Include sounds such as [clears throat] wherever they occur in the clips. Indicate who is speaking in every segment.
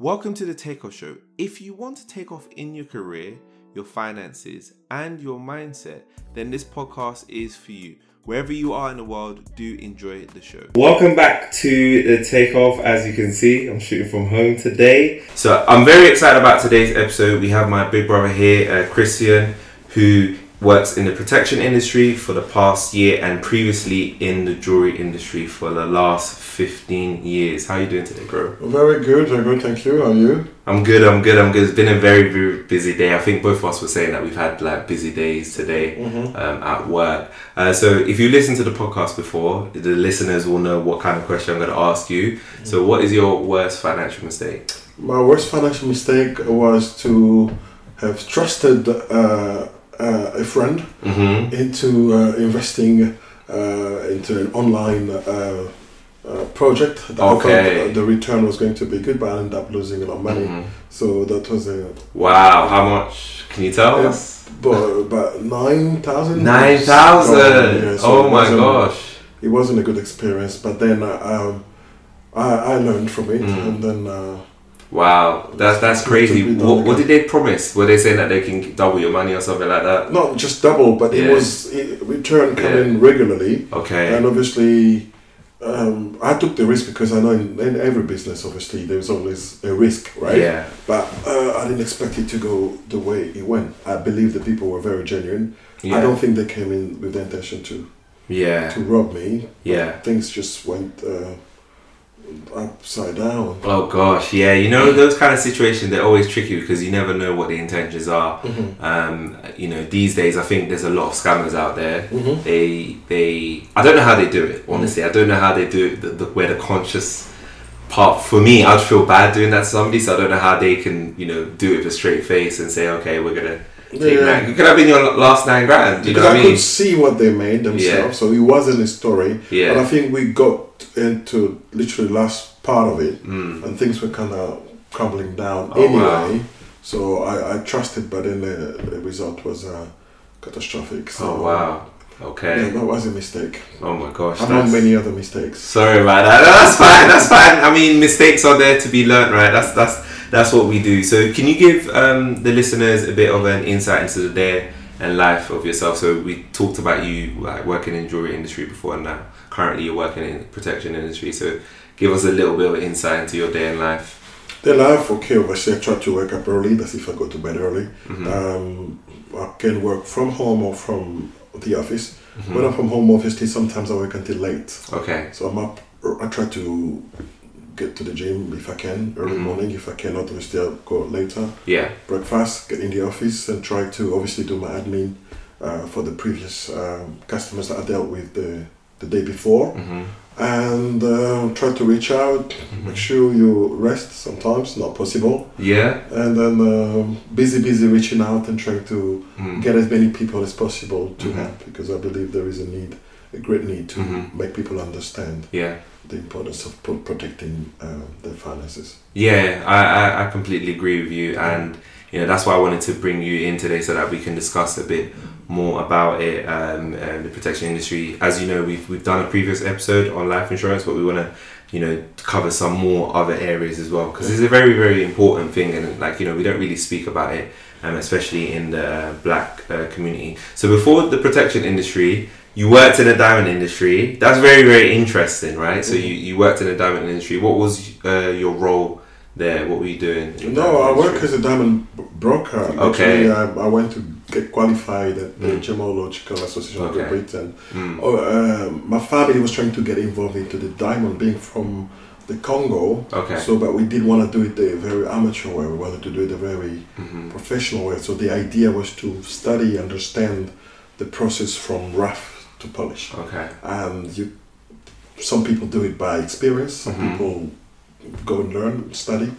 Speaker 1: Welcome to the Takeoff Show. If you want to take off in your career, your finances, and your mindset, then this podcast is for you. Wherever you are in the world, do enjoy the show.
Speaker 2: Welcome back to the takeoff. As you can see, I'm shooting from home today.
Speaker 1: So I'm very excited about today's episode. We have my big brother here, uh, Christian, who works in the protection industry for the past year and previously in the jewelry industry for the last 15 years. How are you doing today, bro?
Speaker 3: Very good, very good, thank you. How are you?
Speaker 1: I'm good, I'm good, I'm good. It's been a very, very busy day. I think both of us were saying that we've had like busy days today
Speaker 3: Mm-hmm.
Speaker 1: um, at work. Uh, so if you listened to the podcast before, the listeners will know what kind of question I'm going to ask you. So what is your worst financial mistake?
Speaker 3: My worst financial mistake was to have trusted uh, uh, a friend
Speaker 1: Mm-hmm.
Speaker 3: into uh, investing uh, into an online uh, uh, project that I
Speaker 1: Okay. Mm-hmm.
Speaker 3: thought the return was going to be good, but I ended up losing a lot of money. So that was a
Speaker 1: Wow, how much? Can you tell
Speaker 3: Yeah.
Speaker 1: us?
Speaker 3: but, but nine thousand.
Speaker 1: Nine thousand.
Speaker 3: Yeah, so
Speaker 1: oh my
Speaker 3: it wasn't-
Speaker 1: gosh.
Speaker 3: It wasn't a good experience, but then uh, um, I I learned from it,
Speaker 1: Mm.
Speaker 3: and then. Uh,
Speaker 1: Wow, that's that's
Speaker 3: It's completely
Speaker 1: crazy.
Speaker 3: done
Speaker 1: What, what did
Speaker 3: again.
Speaker 1: they promise? Were they saying that they can double your money or something like that?
Speaker 3: not just double, but
Speaker 1: Yeah.
Speaker 3: it was it, return coming
Speaker 1: Yeah.
Speaker 3: regularly,
Speaker 1: Okay.
Speaker 3: and obviously, um, I took the risk because I know in, in every business, obviously, there's always a risk, right?
Speaker 1: Yeah.
Speaker 3: But uh, I didn't expect it to go the way it went. I believe the people were very genuine.
Speaker 1: Yeah.
Speaker 3: I don't think they came in with the intention to
Speaker 1: yeah.
Speaker 3: to rob me.
Speaker 1: Yeah.
Speaker 3: Things just went uh, upside down.
Speaker 1: Oh gosh, yeah. You know those kind of situations they're always tricky because you never know what the intentions are. Um, you know, these days I think there's a lot of scammers out there.
Speaker 3: Mhm.
Speaker 1: They they I don't know how they do it.
Speaker 3: Mm.
Speaker 1: Honestly, I don't know how they do it. The, the, where the conscious part for me, I'd feel bad doing that to somebody. So I don't know how they can you know do it with a straight face and say, okay, we're gonna take
Speaker 3: Yeah.
Speaker 1: nine. It could have been your last nine grand. You
Speaker 3: because
Speaker 1: know
Speaker 3: I
Speaker 1: what I mean?
Speaker 3: could see what they made themselves, so it wasn't a story.
Speaker 1: Yeah.
Speaker 3: But I think we got into literally last part of it,
Speaker 1: Mm.
Speaker 3: and things were kind of crumbling down
Speaker 1: Oh, wow.
Speaker 3: anyway. So I, I trusted, but then the, the result was uh, catastrophic. So
Speaker 1: Oh wow.
Speaker 3: yeah,
Speaker 1: Okay.
Speaker 3: that was a mistake.
Speaker 1: Oh my gosh.
Speaker 3: Among
Speaker 1: that's-
Speaker 3: many other mistakes.
Speaker 1: Sorry about that. No, That's fine. That's fine. I mean, mistakes are there to be learnt, right? That's that's that's what we do. So, can you give um, the listeners a bit of an insight into the day and life of yourself? So, we talked about you like working in jewelry industry before, and now currently you're working in protection industry. So, give us a little bit of insight into your day in life.
Speaker 3: The life, okay, obviously, I try to wake up early. That's if I go to bed early.
Speaker 1: Mhm.
Speaker 3: Um, I can work from home or from the office.
Speaker 1: Mhm.
Speaker 3: When I'm from home, obviously, sometimes I work until late.
Speaker 1: Okay.
Speaker 3: So I'm up. I try to get to the gym if I can early
Speaker 1: Mhm.
Speaker 3: morning. If I cannot, obviously I'll go later.
Speaker 1: Yeah.
Speaker 3: Breakfast, get in the office, and try to obviously do my admin uh, for the previous um, customers that I dealt with the, the day before,
Speaker 1: hmm
Speaker 3: and uh, try to reach out. Make sure you rest sometimes, not possible,
Speaker 1: Yeah.
Speaker 3: and then um, busy, busy reaching out and trying to
Speaker 1: Mm.
Speaker 3: get as many people as possible to
Speaker 1: Mhm.
Speaker 3: help because I believe there is a need, a great need to
Speaker 1: Mhm.
Speaker 3: make people understand
Speaker 1: Yeah.
Speaker 3: the importance of pro- protecting uh, their finances.
Speaker 1: Yeah, I, I, I completely agree with you, and you know that's why I wanted to bring you in today so that we can discuss a bit more about it, um, and the protection industry. As you know, we've we've done a previous episode on life insurance, but we want to you know cover some more other areas as well because it's a very very important thing, and like you know we don't really speak about it, um, especially in the black uh, community. So before the protection industry. You worked in the diamond industry. That's very, very interesting, right? So you, you worked in the diamond industry. What was uh, your role there, what were you doing? in
Speaker 3: No, I
Speaker 1: that
Speaker 3: work
Speaker 1: industry?
Speaker 3: as a diamond b- broker.
Speaker 1: Okay.
Speaker 3: Actually, I, I went to get qualified at the
Speaker 1: Mm.
Speaker 3: Gemological Association of
Speaker 1: Okay.
Speaker 3: Great Britain.
Speaker 1: Mm.
Speaker 3: Oh, um, my family was trying to get involved into the diamond, being from the Congo.
Speaker 1: Okay.
Speaker 3: So, but we did want to do it the very amateur way. We wanted to do it the very
Speaker 1: Mhm.
Speaker 3: professional way. So the idea was to study, understand the process from rough to polish.
Speaker 1: Okay.
Speaker 3: and Um, you some people do it by experience some
Speaker 1: Mhm.
Speaker 3: people go and learn study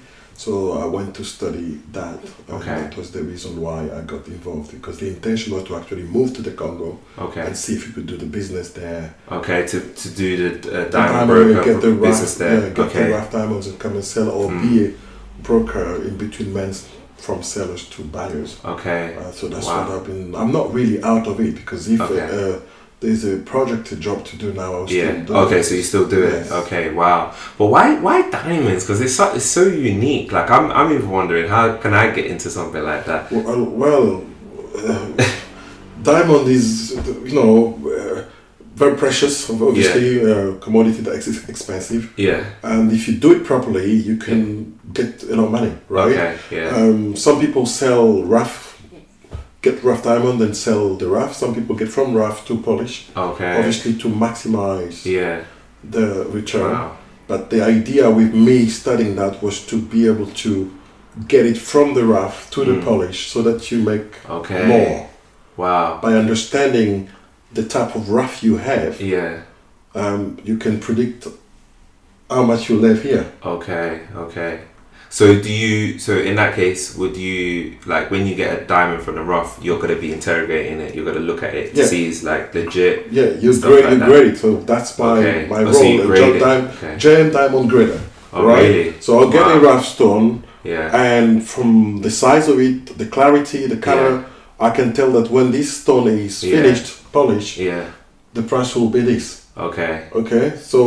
Speaker 3: so i went to study that and
Speaker 1: Okay.
Speaker 3: that was the reason why i got involved because the intention was to actually move to the congo
Speaker 1: Okay.
Speaker 3: and see if you could do the business there
Speaker 1: Okay. To, to do the uh,
Speaker 3: The
Speaker 1: diamond
Speaker 3: diamond,
Speaker 1: broker
Speaker 3: get the
Speaker 1: business
Speaker 3: rough,
Speaker 1: there.
Speaker 3: yeah, get the
Speaker 1: okay.
Speaker 3: rough diamonds and come and sell or
Speaker 1: Mm.
Speaker 3: be a broker in between men from sellers to buyers
Speaker 1: Okay.
Speaker 3: Uh, so that's
Speaker 1: Wow.
Speaker 3: what I've been. I'm not really out of it because if
Speaker 1: Okay.
Speaker 3: uh, there's a project a job to do now. I was
Speaker 1: Yeah.
Speaker 3: still doing
Speaker 1: Okay,
Speaker 3: it.
Speaker 1: so you still do it.
Speaker 3: Yes.
Speaker 1: Okay. Wow. But why why diamonds? Because it's so, it's so unique. Like I'm I'm even wondering how can I get into something like that?
Speaker 3: Well, well uh, [laughs] diamond is, you know, uh, very precious, obviously, uh, commodity that is expensive.
Speaker 1: Yeah.
Speaker 3: And if you do it properly, you can get a lot of money, right?
Speaker 1: Okay. Yeah.
Speaker 3: Um, some people sell rough, get rough diamond and sell the rough. Some people get from rough to polish,
Speaker 1: Okay.
Speaker 3: Uh, obviously to maximize
Speaker 1: Yeah.
Speaker 3: the return.
Speaker 1: Wow.
Speaker 3: But the idea with me studying that was to be able to get it from the rough to the
Speaker 1: Mm.
Speaker 3: polish so that you make
Speaker 1: Okay.
Speaker 3: more
Speaker 1: Wow.
Speaker 3: by understanding the type of rough you have
Speaker 1: Yeah.
Speaker 3: um, you can predict how much you leave here
Speaker 1: Okay. Okay. So do you? So in that case, would you like when you get a diamond from the rough, you're gonna be interrogating it. You're gonna look at it to
Speaker 3: Yeah.
Speaker 1: see it's like legit.
Speaker 3: yeah you
Speaker 1: Stuff
Speaker 3: grade
Speaker 1: like
Speaker 3: you
Speaker 1: that.
Speaker 3: grade it so that's my
Speaker 1: Okay.
Speaker 3: my
Speaker 1: Oh,
Speaker 3: role
Speaker 1: so you
Speaker 3: a
Speaker 1: grade
Speaker 3: job
Speaker 1: it.
Speaker 3: dime-
Speaker 1: Okay.
Speaker 3: jam diamond grader
Speaker 1: Oh
Speaker 3: right
Speaker 1: really?
Speaker 3: so i'll get a
Speaker 1: Wow.
Speaker 3: rough stone
Speaker 1: Yeah.
Speaker 3: and from the size of it the clarity the color i can tell that when this stone is
Speaker 1: Yeah.
Speaker 3: finished polished
Speaker 1: Yeah.
Speaker 3: the price will be this
Speaker 1: Okay.
Speaker 3: okay so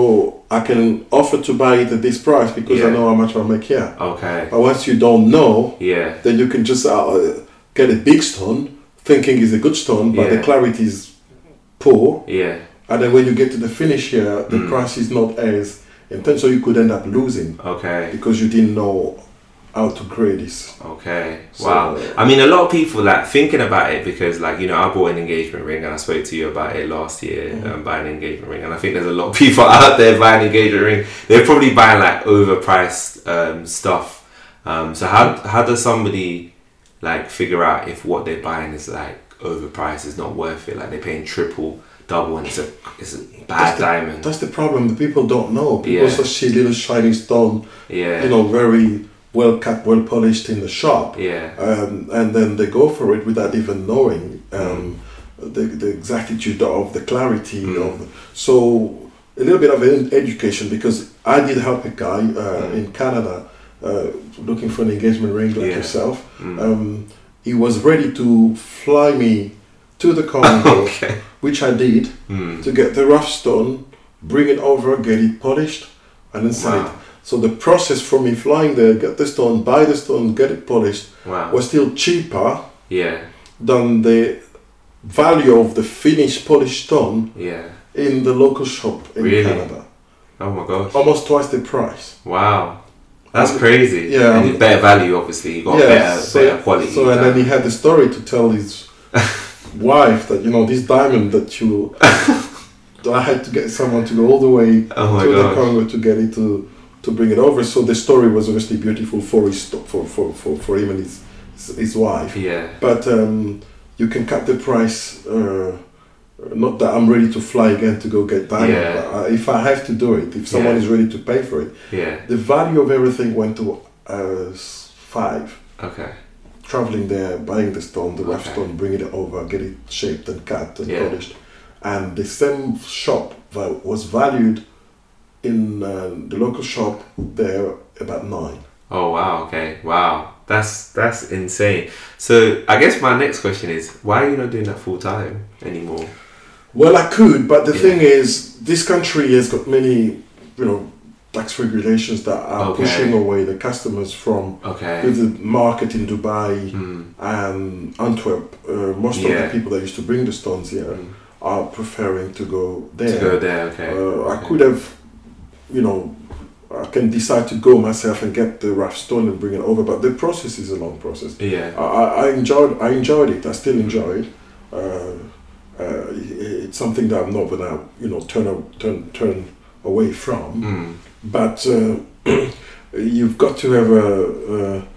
Speaker 3: i can offer to buy it at this price because i
Speaker 1: Yeah.
Speaker 3: know how much i'll make here
Speaker 1: Okay.
Speaker 3: but once you don't know
Speaker 1: Yeah.
Speaker 3: then you can just uh, get a big stone, thinking it's a good stone, but
Speaker 1: Yeah.
Speaker 3: the clarity is poor.
Speaker 1: Yeah.
Speaker 3: And then when you get to the finish here, the
Speaker 1: Mm.
Speaker 3: price is not as intense, so you could end up losing
Speaker 1: Okay.
Speaker 3: because you didn't know how to grade this.
Speaker 1: Okay.
Speaker 3: So-
Speaker 1: Wow. I mean, a lot of people like thinking about it because, like, you know, I bought an engagement ring and I spoke to you about it last year,
Speaker 3: Mhm.
Speaker 1: um, buying an engagement ring. And I think there's a lot of [laughs] people out there buying engagement ring. They're probably buying like overpriced um, stuff. Um, so how how does somebody like figure out if what they're buying is like overpriced, is not worth it? Like they're paying triple, double, and it's a it's a bad
Speaker 3: That's the-
Speaker 1: diamond.
Speaker 3: That's the problem. The people don't know. People
Speaker 1: Yeah.
Speaker 3: just see little shiny stone,
Speaker 1: Yeah.
Speaker 3: you know, very well cut, well polished in the shop,
Speaker 1: yeah.
Speaker 3: um, and then they go for it without even knowing um, the, the exactitude of the clarity
Speaker 1: Mm.
Speaker 3: of so a little bit of ed- education because I did help a guy uh,
Speaker 1: Mm.
Speaker 3: in Canada uh, looking for an engagement ring like
Speaker 1: Yeah.
Speaker 3: yourself.
Speaker 1: Mm.
Speaker 3: Um, he was ready to fly me to the
Speaker 1: [coughs]
Speaker 3: Congo,
Speaker 1: [laughs] okay.
Speaker 3: which I did,
Speaker 1: Mm.
Speaker 3: to get the rough stone, bring it over, get it polished, and then sell it.
Speaker 1: Wow.
Speaker 3: So the process from me flying there, get the stone, buy the stone, get it polished,
Speaker 1: Wow.
Speaker 3: was still cheaper
Speaker 1: Yeah.
Speaker 3: than the value of the finished polished stone
Speaker 1: Yeah.
Speaker 3: in the local shop in
Speaker 1: Really?
Speaker 3: Canada.
Speaker 1: Oh my gosh.
Speaker 3: Almost twice the price.
Speaker 1: Wow, that's crazy.
Speaker 3: Yeah,
Speaker 1: and
Speaker 3: um,
Speaker 1: better value, obviously. You got better, better quality.
Speaker 3: So and then he had the story to tell
Speaker 1: [laughs]
Speaker 3: his wife that you know this diamond
Speaker 1: [laughs]
Speaker 3: that you that I had to get someone to go all the way
Speaker 1: oh my
Speaker 3: to the
Speaker 1: god,
Speaker 3: Congo to get it to to bring it over. So the story was obviously beautiful for his for for, for, for him and his his wife.
Speaker 1: yeah,
Speaker 3: But um, you can cut the price. Uh, not that I'm ready to fly again to go get diamond.
Speaker 1: Yeah.
Speaker 3: But uh, if I have to do it, if someone
Speaker 1: Yeah.
Speaker 3: is ready to pay for it,
Speaker 1: yeah,
Speaker 3: the value of everything went to uh, s- five.
Speaker 1: okay,
Speaker 3: Traveling there, buying the stone, the rough
Speaker 1: Okay.
Speaker 3: stone, bringing it over, get it shaped and cut and
Speaker 1: Yeah.
Speaker 3: polished, and the same shop va- was valued in uh, the local shop there about nine.
Speaker 1: oh wow, okay, wow, that's that's insane. So I guess my next question is, why are you not doing that full time anymore?
Speaker 3: Well, I could, but the
Speaker 1: Yeah.
Speaker 3: thing is, this country has got many, you know, tax regulations that are
Speaker 1: Okay.
Speaker 3: pushing away the customers from
Speaker 1: Okay,
Speaker 3: the market in Dubai
Speaker 1: mm.
Speaker 3: and Antwerp. Uh, most
Speaker 1: Yeah.
Speaker 3: of the people that used to bring the stones here
Speaker 1: mm.
Speaker 3: are preferring to go
Speaker 1: to
Speaker 3: there.
Speaker 1: go there, okay,
Speaker 3: Uh, I
Speaker 1: Okay.
Speaker 3: could have, you know, I can decide to go myself and get the rough stone and bring it over, but the process is a long process. I,
Speaker 1: yeah,
Speaker 3: I I enjoyed I enjoyed it. I still enjoy it. Uh, uh, it- it's something that I'm not gonna you know turn a- turn turn away from.
Speaker 1: mm.
Speaker 3: But uh, [clears throat] you've got to have a, uh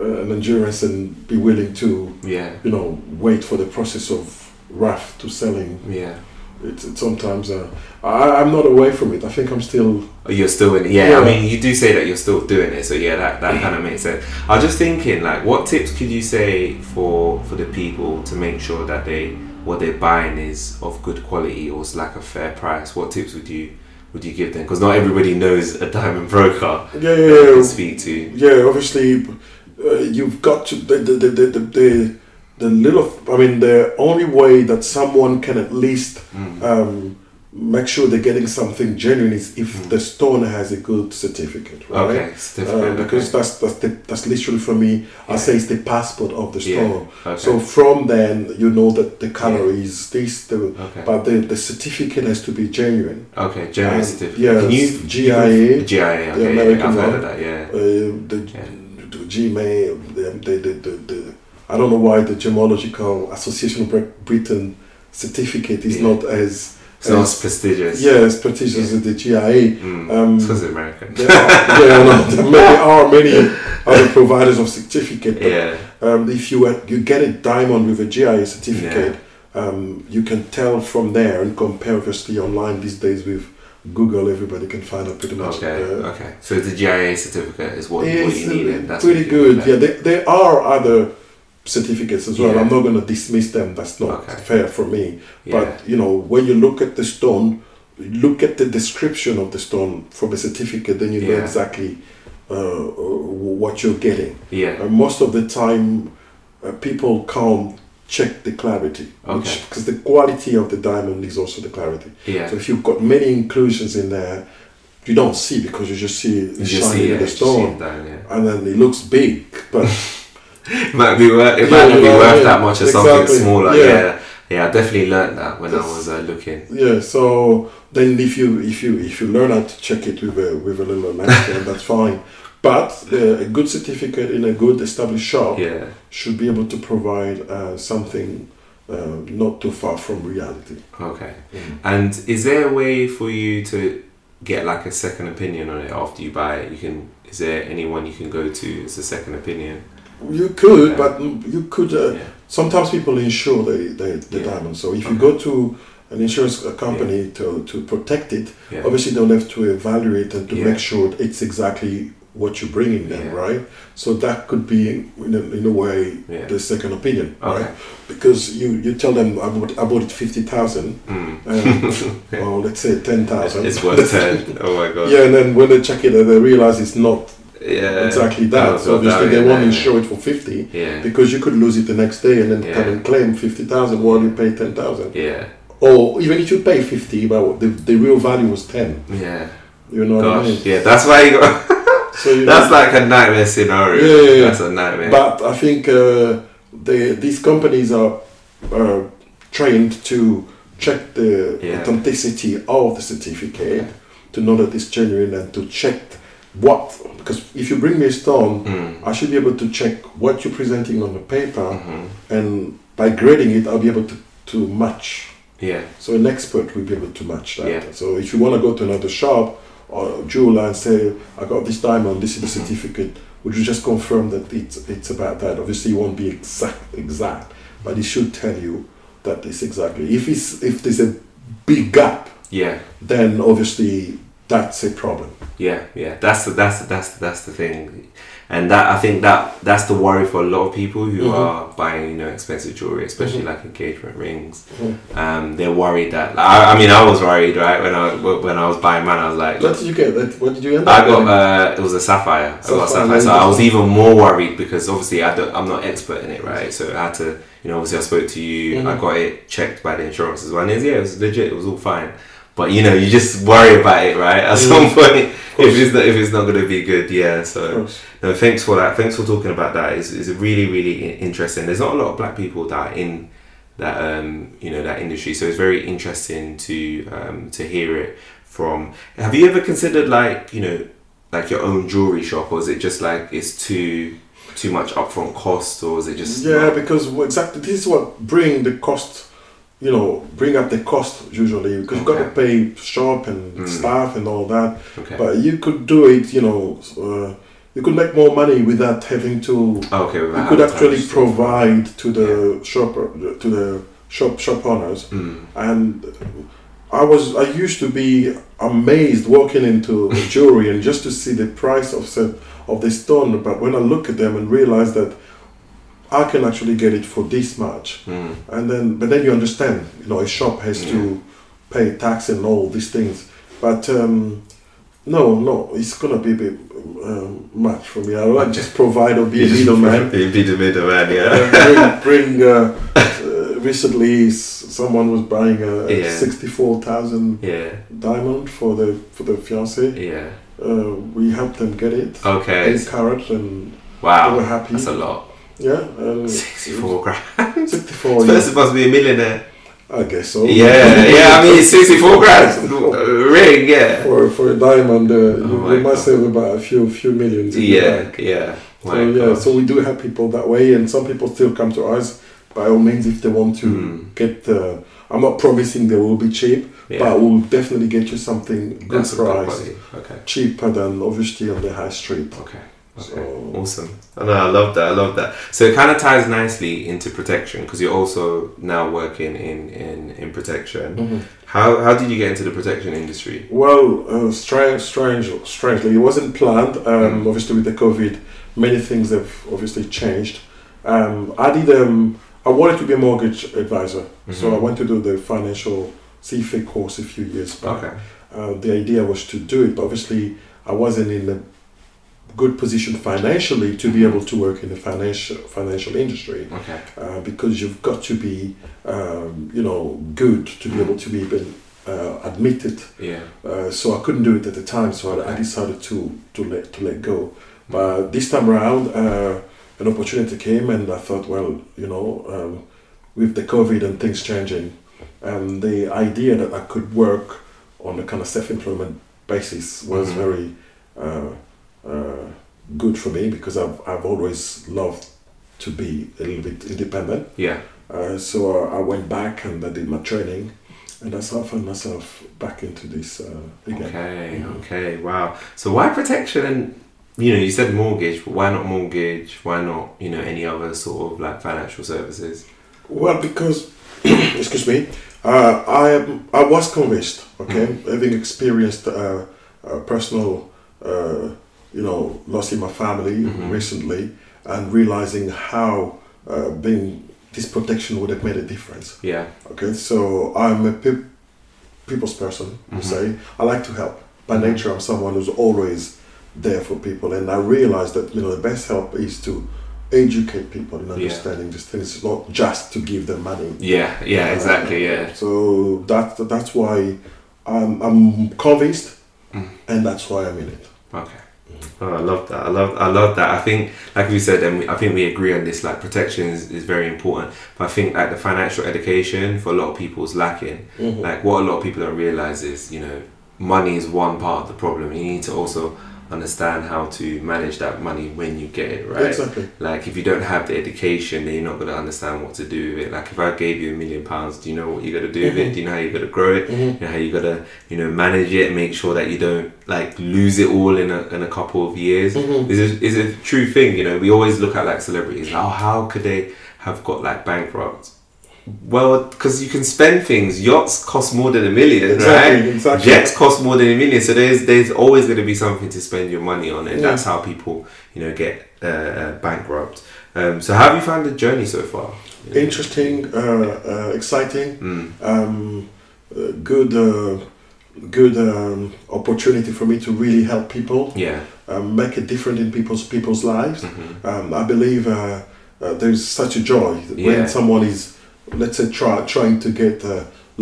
Speaker 3: an endurance and be willing to
Speaker 1: yeah,
Speaker 3: you know wait for the process of raft to selling.
Speaker 1: yeah.
Speaker 3: It's, it's sometimes uh, I, I'm not away from it. I think I'm still
Speaker 1: Oh, You're still in, yeah, I
Speaker 3: Yeah. Mm-hmm.
Speaker 1: mean, you do say that you're still doing it, so yeah, that, that kind of makes sense. I was just thinking, like, what tips could you say for for the people to make sure that they what they're buying is of good quality or is like a fair price? What tips would you would you give them? Because not everybody knows a diamond broker
Speaker 3: yeah
Speaker 1: that they
Speaker 3: yeah
Speaker 1: can speak to.
Speaker 3: yeah. Obviously, uh, you've got to the the the the, the, the the little, I mean, the only way that someone can at least
Speaker 1: Mm.
Speaker 3: um, make sure they're getting something genuine is if the stone has a good certificate, right?
Speaker 1: Mm. Okay, certificate.
Speaker 3: Uh, because
Speaker 1: okay.
Speaker 3: that's that's the, that's literally for me. I
Speaker 1: Yeah.
Speaker 3: say it's the passport of the
Speaker 1: Yeah,
Speaker 3: store.
Speaker 1: okay.
Speaker 3: So from then you know that the color is this, the,
Speaker 1: Okay.
Speaker 3: but the, the certificate has to be genuine.
Speaker 1: Okay, general
Speaker 3: Um,
Speaker 1: certificate.
Speaker 3: yeah,
Speaker 1: Can you
Speaker 3: GIA,
Speaker 1: GIA? Okay,
Speaker 3: the
Speaker 1: yeah,
Speaker 3: American
Speaker 1: I've heard
Speaker 3: one.
Speaker 1: of that. Yeah.
Speaker 3: Uh, the,
Speaker 1: Yeah.
Speaker 3: the Gmail, the, the, the, the, the- I don't know why the Gemological Association of Bre- Britain certificate is
Speaker 1: Yeah.
Speaker 3: not as
Speaker 1: It's not as
Speaker 3: as-
Speaker 1: prestigious.
Speaker 3: Uh, yeah as prestigious as the
Speaker 1: [laughs]
Speaker 3: GIA.
Speaker 1: Mm.
Speaker 3: Um,
Speaker 1: it's because it's American.
Speaker 3: there are, yeah, I know.
Speaker 1: [laughs]
Speaker 3: There may- there are many other providers of certificate, but
Speaker 1: Yeah.
Speaker 3: um, if you uh, you get a diamond with a GIA certificate, um, you can tell from there and compare obviously online these days with Google. Everybody can find out pretty much.
Speaker 1: Okay.
Speaker 3: uh,
Speaker 1: Okay. So the GIA certificate is what, what
Speaker 3: it's
Speaker 1: you need.
Speaker 3: uh,
Speaker 1: and That's
Speaker 3: pretty
Speaker 1: what you
Speaker 3: good.
Speaker 1: need.
Speaker 3: Yeah, there, there are other certificates as well.
Speaker 1: Yeah.
Speaker 3: I'm not going to dismiss them. That's not
Speaker 1: Okay.
Speaker 3: fair for me.
Speaker 1: Yeah.
Speaker 3: But you know, when you look at the stone, look at the description of the stone from a certificate, then you know
Speaker 1: Yeah.
Speaker 3: exactly uh, uh, what you're getting.
Speaker 1: yeah.
Speaker 3: And most of the time, uh, people can't check the clarity,
Speaker 1: Okay.
Speaker 3: because the quality of the diamond is also the clarity.
Speaker 1: Yeah.
Speaker 3: So if you've got many inclusions in there, you don't see because you just see it
Speaker 1: You
Speaker 3: shining
Speaker 1: just see
Speaker 3: in
Speaker 1: it.
Speaker 3: the
Speaker 1: you see it
Speaker 3: stone,
Speaker 1: down, yeah.
Speaker 3: and then it looks big, but [laughs]
Speaker 1: It might be worth. It
Speaker 3: Yeah,
Speaker 1: might not be
Speaker 3: yeah,
Speaker 1: worth
Speaker 3: yeah.
Speaker 1: that much or something
Speaker 3: Exactly.
Speaker 1: smaller. Yeah.
Speaker 3: Yeah.
Speaker 1: yeah. I definitely learnt that when I
Speaker 3: That's-
Speaker 1: was uh, looking.
Speaker 3: yeah. So then if you if you if you learn how to check it with a with a little lantern, [laughs] that's fine. But uh, a good certificate in a good established shop
Speaker 1: Yeah.
Speaker 3: should be able to provide uh, something uh, not too far from reality.
Speaker 1: Okay. And is there a way for you to get like a second opinion on it after you buy it? You can. Is there anyone you can go to as a second opinion?
Speaker 3: You could,
Speaker 1: Yeah.
Speaker 3: but you could. Uh,
Speaker 1: yeah.
Speaker 3: Sometimes people insure the, the, the
Speaker 1: Yeah.
Speaker 3: diamond. So if
Speaker 1: Okay.
Speaker 3: you go to an insurance uh, company to, to protect it,
Speaker 1: Yeah.
Speaker 3: obviously they'll have to evaluate and to
Speaker 1: Yeah.
Speaker 3: make sure it's exactly what you're bringing them,
Speaker 1: Yeah.
Speaker 3: right? So that could be, in a, in a way,
Speaker 1: Yeah.
Speaker 3: the second opinion,
Speaker 1: Okay.
Speaker 3: right? Because you, you tell them, I bought, I bought it 50,000,
Speaker 1: Mm.
Speaker 3: um, or let's say [laughs] 10,000.
Speaker 1: It's worth ten. Oh my god.
Speaker 3: Yeah, and then when they check it, they realize it's not
Speaker 1: Yeah.
Speaker 3: exactly that.
Speaker 1: Oh,
Speaker 3: so
Speaker 1: God,
Speaker 3: obviously
Speaker 1: that-
Speaker 3: they won't
Speaker 1: yeah.
Speaker 3: insure it for 50
Speaker 1: Yeah.
Speaker 3: because you could lose it the next day and then
Speaker 1: Yeah.
Speaker 3: come and claim 50,000 while you pay 10,000
Speaker 1: Yeah.
Speaker 3: or even if you pay 50 but the, the real value was 10
Speaker 1: Yeah.
Speaker 3: you know what I
Speaker 1: Gosh.
Speaker 3: mean
Speaker 1: Yeah. That's why you
Speaker 3: [laughs]
Speaker 1: got.
Speaker 3: so you
Speaker 1: That's
Speaker 3: know,
Speaker 1: like a nightmare scenario.
Speaker 3: Yeah, yeah, yeah.
Speaker 1: That's a nightmare.
Speaker 3: but I think uh, the, these companies are uh, trained to check the
Speaker 1: Yeah.
Speaker 3: authenticity of the certificate to know that it's genuine and to check what because if you bring me a stone
Speaker 1: mm.
Speaker 3: I should be able to check what you're presenting on the paper
Speaker 1: hmm
Speaker 3: and by grading it I'll be able to, to match
Speaker 1: Yeah.
Speaker 3: So an expert will be able to match that.
Speaker 1: Yeah.
Speaker 3: So if you want to go to another shop or jeweler and say, I got this diamond, this is the
Speaker 1: Mm-hmm.
Speaker 3: certificate, would you just confirm that it's it's about that? Obviously, it won't be exact, exact, but it should tell you that it's exactly. If it's if there's a big gap,
Speaker 1: Yeah.
Speaker 3: then obviously that's a problem.
Speaker 1: Yeah. Yeah. That's the that's the, that's the, that's the thing, and that I think that that's the worry for a lot of people who
Speaker 3: Mhm.
Speaker 1: are buying you know expensive jewelry, especially
Speaker 3: Mm-hmm.
Speaker 1: like engagement rings.
Speaker 3: Mhm.
Speaker 1: Um, they're worried that like, I, I mean I was worried right when I when I was buying mine I was like
Speaker 3: What did you get? That what did you end up?
Speaker 1: I got uh, it was a sapphire. I got a sapphire,
Speaker 3: Sapphire,
Speaker 1: so
Speaker 3: yeah.
Speaker 1: I was even more worried because obviously I don't, I'm not expert in it, right? So I had to, you know, obviously I spoke to you. I
Speaker 3: Mhm.
Speaker 1: got it checked by the insurance as well, and it was, yeah, it was legit. It was all fine, but you know, you just worry about it, right? At
Speaker 3: Mhm.
Speaker 1: some point,
Speaker 3: course.
Speaker 1: if it's not, if it's not going to be good, yeah.
Speaker 3: Of
Speaker 1: So
Speaker 3: course.
Speaker 1: no, thanks for that. Thanks for talking about that. It's, it's really really i- interesting. There's not a lot of black people that are in that um you know that industry, so it's very interesting to um to hear it from. Have you ever considered like you know like your own jewelry shop, or is it just like it's too too much upfront cost, or is it just
Speaker 3: Yeah,
Speaker 1: not-
Speaker 3: because wha- exactly this is what bring the cost, you know, bring up the cost usually because you got to pay shop and
Speaker 1: Mm.
Speaker 3: staff and all that.
Speaker 1: okay.
Speaker 3: But you could do it, you know, uh, you could make more money without having to.
Speaker 1: Oh, okay,
Speaker 3: You could actually provide to the shopper to the shop shop owners,
Speaker 1: Mm,
Speaker 3: and I was I used to be amazed walking into a jewelry and just to see the price of set of the stone. But when I look at them and realize that I can actually get it for this much,
Speaker 1: mm,
Speaker 3: and then but then you understand you know a shop has to pay tax and all these things but um No, no, it's gonna be a bit um, much for me. I would like just provide or be a middleman.
Speaker 1: You'd [laughs] be the middleman, yeah.
Speaker 3: Uh, bring, bring uh, uh, recently s- someone was buying a
Speaker 1: Yeah.
Speaker 3: sixty-four thousand
Speaker 1: yeah,
Speaker 3: diamond for the for the fiance.
Speaker 1: yeah.
Speaker 3: Uh, we helped them get it.
Speaker 1: Okay.
Speaker 3: Eight carat, and they were
Speaker 1: Wow.
Speaker 3: happy.
Speaker 1: That's a lot.
Speaker 3: Yeah,
Speaker 1: [laughs]
Speaker 3: and
Speaker 1: 64 grand.
Speaker 3: sixty-four.
Speaker 1: This
Speaker 3: Yeah,
Speaker 1: person must be a millionaire.
Speaker 3: I guess so.
Speaker 1: Yeah, yeah, I mean, it's 64 grand. uh, Ring, yeah.
Speaker 3: [laughs] for for a diamond, uh, you,
Speaker 1: my
Speaker 3: you must
Speaker 1: God.
Speaker 3: save about a few few millions. in the
Speaker 1: Yeah,
Speaker 3: bank.
Speaker 1: yeah.
Speaker 3: So
Speaker 1: My
Speaker 3: yeah,
Speaker 1: God.
Speaker 3: so we do have people that way, and some people still come to us by all means if they want to
Speaker 1: Mm.
Speaker 3: get. Uh, I'm not promising they will be cheap,
Speaker 1: yeah.
Speaker 3: but we'll definitely get you something good
Speaker 1: That's a good
Speaker 3: price,
Speaker 1: quality. Okay,
Speaker 3: cheaper than obviously on the high street.
Speaker 1: okay. Okay.
Speaker 3: So
Speaker 1: Awesome. Oh, no, I love that. I love that. So it kind of ties nicely into protection because you're also now working in in in protection.
Speaker 3: Mhm.
Speaker 1: How how did you get into the protection industry?
Speaker 3: well, uh, strange, strange, strangely, it wasn't planned. Um,
Speaker 1: Mm.
Speaker 3: Obviously, with the COVID, many things have obviously changed. Um, I did. Um, I wanted to be a mortgage advisor, so
Speaker 1: Mhm.
Speaker 3: I went to do the financial CFA course a few years back.
Speaker 1: Okay.
Speaker 3: uh, the idea was to do it, but obviously I wasn't in a good position financially to be able to work in the financial financial industry
Speaker 1: Okay.
Speaker 3: uh, because you've got to be um, you know good to be able to be even uh, admitted.
Speaker 1: Yeah.
Speaker 3: Uh, so I couldn't do it at the time, so I, I
Speaker 1: Okay.
Speaker 3: decided to to let to let go. But this time around, uh, an opportunity came, and I thought, well, you know, um, with the COVID and things changing, and the idea that I could work on a kind of self-employment basis was
Speaker 1: Mhm.
Speaker 3: very uh, uh, good for me because I've I've always loved to be a little bit independent.
Speaker 1: Yeah.
Speaker 3: Uh, so I, I went back and I did my training, and that's how I found myself back into this uh, again.
Speaker 1: Okay.
Speaker 3: Mhm.
Speaker 1: Okay. Wow. So why protection and you know you said mortgage, but why not mortgage? Why not you know any other sort of like financial services?
Speaker 3: Well, because [clears throat] excuse me, uh, I am- I was convinced. Okay, having experienced uh, uh, personal, uh, you know, loss in my family
Speaker 1: Mhm.
Speaker 3: recently, and realizing how uh, being this protection would have made a difference.
Speaker 1: Yeah.
Speaker 3: Okay, so I'm a pe- people's person. You
Speaker 1: Mhm.
Speaker 3: Say I like to help by
Speaker 1: Mm-hmm.
Speaker 3: nature. I'm someone who's always there for people, and I realize that you know the best help is to educate people in understanding these things. It's not just to give them money.
Speaker 1: Yeah. Yeah. Exactly. Yeah.
Speaker 3: So that that's why I'm, I'm convinced,
Speaker 1: Mm.
Speaker 3: and that's why I'm in it.
Speaker 1: Okay. Oh, I love that. I love. I love that. I think, like we said, and we, I think we agree on this. Like protection is, is very important, but I think like the financial education for a lot of people is lacking. Like what a lot of people don't realize is, you know, money is one part of the problem. You need to also understand how to manage that money when you get it right.
Speaker 3: Exactly.
Speaker 1: Like if you don't have the education, then you're not gonna understand what to do with it. Like if I gave you a million pounds, do you know what you're gonna do with it? Do you know how you're gonna grow it?
Speaker 3: Mhm.
Speaker 1: you know how you gotta you know manage it make sure that you don't like lose it all in a, in a couple of years
Speaker 3: Mhm.
Speaker 1: This is is a true thing you know we always look at like celebrities like, oh how could they have got like bankrupt well because you can spend things yachts cost more than a million
Speaker 3: Exactly.
Speaker 1: right
Speaker 3: Exactly.
Speaker 1: Jets cost more than a million, so there's there's always going to be something to spend your money on, and
Speaker 3: Yeah.
Speaker 1: that's how people you know get uh, uh, bankrupt. Um, so, how have you found the journey so far?
Speaker 3: Interesting. Uh, uh, exciting.
Speaker 1: Mm.
Speaker 3: um, uh, good uh, good um, opportunity for me to really help people,
Speaker 1: Yeah.
Speaker 3: um, make a difference in people's people's lives.
Speaker 1: Mhm.
Speaker 3: Um, I believe uh, uh, there's such a joy
Speaker 1: Yeah.
Speaker 3: when someone is, let's say, try, trying to get uh,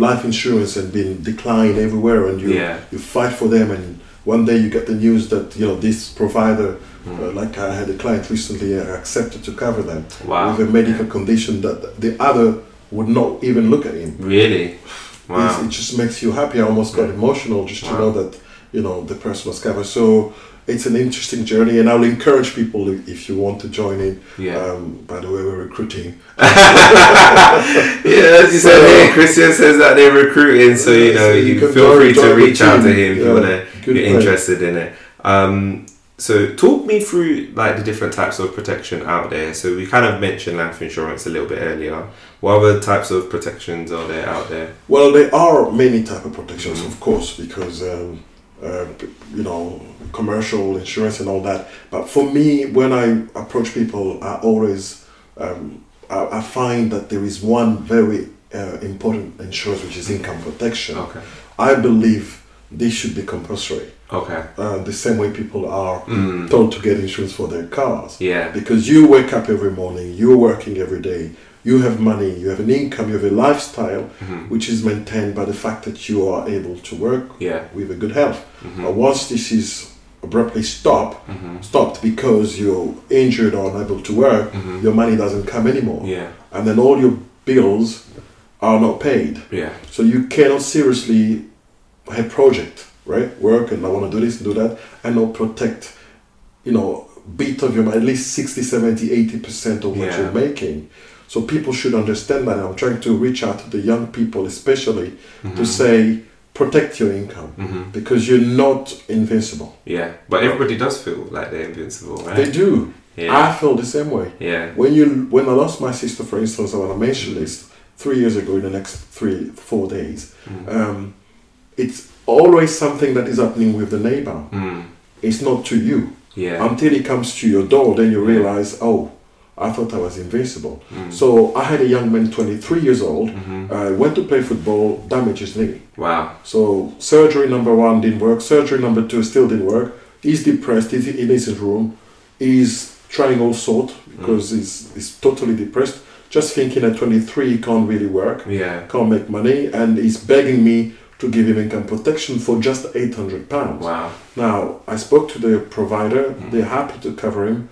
Speaker 3: life insurance and being declined everywhere, and you
Speaker 1: Yeah.
Speaker 3: you fight for them, and one day you get the news that you know this provider. Uh,
Speaker 1: Mm.
Speaker 3: like I had a client recently, uh, accepted to cover them
Speaker 1: Wow.
Speaker 3: with a medical condition that the other would not even look at him.
Speaker 1: Really?
Speaker 3: It's-
Speaker 1: Wow.
Speaker 3: It just makes you happy. I almost got emotional just to
Speaker 1: Wow.
Speaker 3: know that you know the person was covered. So it's an interesting journey, and I'll encourage people i- if you want to join in.
Speaker 1: Yeah.
Speaker 3: Um, by the way, we're recruiting.
Speaker 1: [laughs] yeah, as you said, hey, Christian says that they're recruiting, so you know,
Speaker 3: So
Speaker 1: you,
Speaker 3: can
Speaker 1: feel
Speaker 3: join-
Speaker 1: free to
Speaker 3: join the
Speaker 1: reach out to
Speaker 3: team.
Speaker 1: him if you
Speaker 3: Yeah,
Speaker 1: want to.
Speaker 3: good
Speaker 1: You're
Speaker 3: plan.
Speaker 1: interested in it. Um, so talk me through like the different types of protection out there. So we kind of mentioned life insurance a little bit earlier. What other types of protections are there out there?
Speaker 3: Well, there are many type of protections,
Speaker 1: Mm-hmm.
Speaker 3: of course, because um, uh, p- you know commercial insurance and all that. But for me, when I approach people, I always um, I, I find that there is one very uh, important insurance, which is income protection.
Speaker 1: Okay.
Speaker 3: I believe this should be compulsory.
Speaker 1: Okay.
Speaker 3: uh, the same way people are
Speaker 1: Mm.
Speaker 3: told to get insurance for their cars.
Speaker 1: Yeah.
Speaker 3: Because you wake up every morning, you're working every day, you have money, you have an income, you have a lifestyle
Speaker 1: Mhm.
Speaker 3: which is maintained by the fact that you are able to work
Speaker 1: Yeah.
Speaker 3: with a good health. But
Speaker 1: Mhm.
Speaker 3: once this is abruptly stopped,
Speaker 1: Mhm.
Speaker 3: stopped because you're injured or unable to work,
Speaker 1: Mhm.
Speaker 3: your money doesn't come anymore.
Speaker 1: Yeah.
Speaker 3: And then all your bills are not paid.
Speaker 1: Yeah.
Speaker 3: So you cannot seriously have project, right? Work and I want to do this and do that and not protect, you know, bit of your at least 60, 70, 80% of what
Speaker 1: Yeah.
Speaker 3: you're making. So people should understand that. I'm trying to reach out to the young people especially to
Speaker 1: Mhm.
Speaker 3: say protect your income
Speaker 1: Mhm.
Speaker 3: because you're not invincible.
Speaker 1: Yeah. But everybody does feel like they're invincible,
Speaker 3: They
Speaker 1: right?
Speaker 3: do.
Speaker 1: Yeah.
Speaker 3: I feel the same way.
Speaker 1: Yeah.
Speaker 3: When you when I lost my sister, for instance, I want to mention this three years ago in the next three, four days.
Speaker 1: Mm.
Speaker 3: um, it's always something that is happening with the neighbor.
Speaker 1: Mm.
Speaker 3: It's not to you.
Speaker 1: Yeah.
Speaker 3: Until it comes to your door, then you realize, oh, I thought I was invincible.
Speaker 1: Mm.
Speaker 3: So I had a young man, 23 years old,
Speaker 1: Mhm.
Speaker 3: uh, went to play football, damaged his knee.
Speaker 1: Wow.
Speaker 3: So surgery number one didn't work, surgery number two still didn't work. He's depressed, he's in his room, he's trying all sorts because he's, he's totally depressed. Just thinking at 23 he can't really work
Speaker 1: Yeah.
Speaker 3: can't make money and he's begging me to give him income protection for just 800 pounds
Speaker 1: Wow. Mm-hmm.
Speaker 3: now i spoke to the provider they're happy to cover him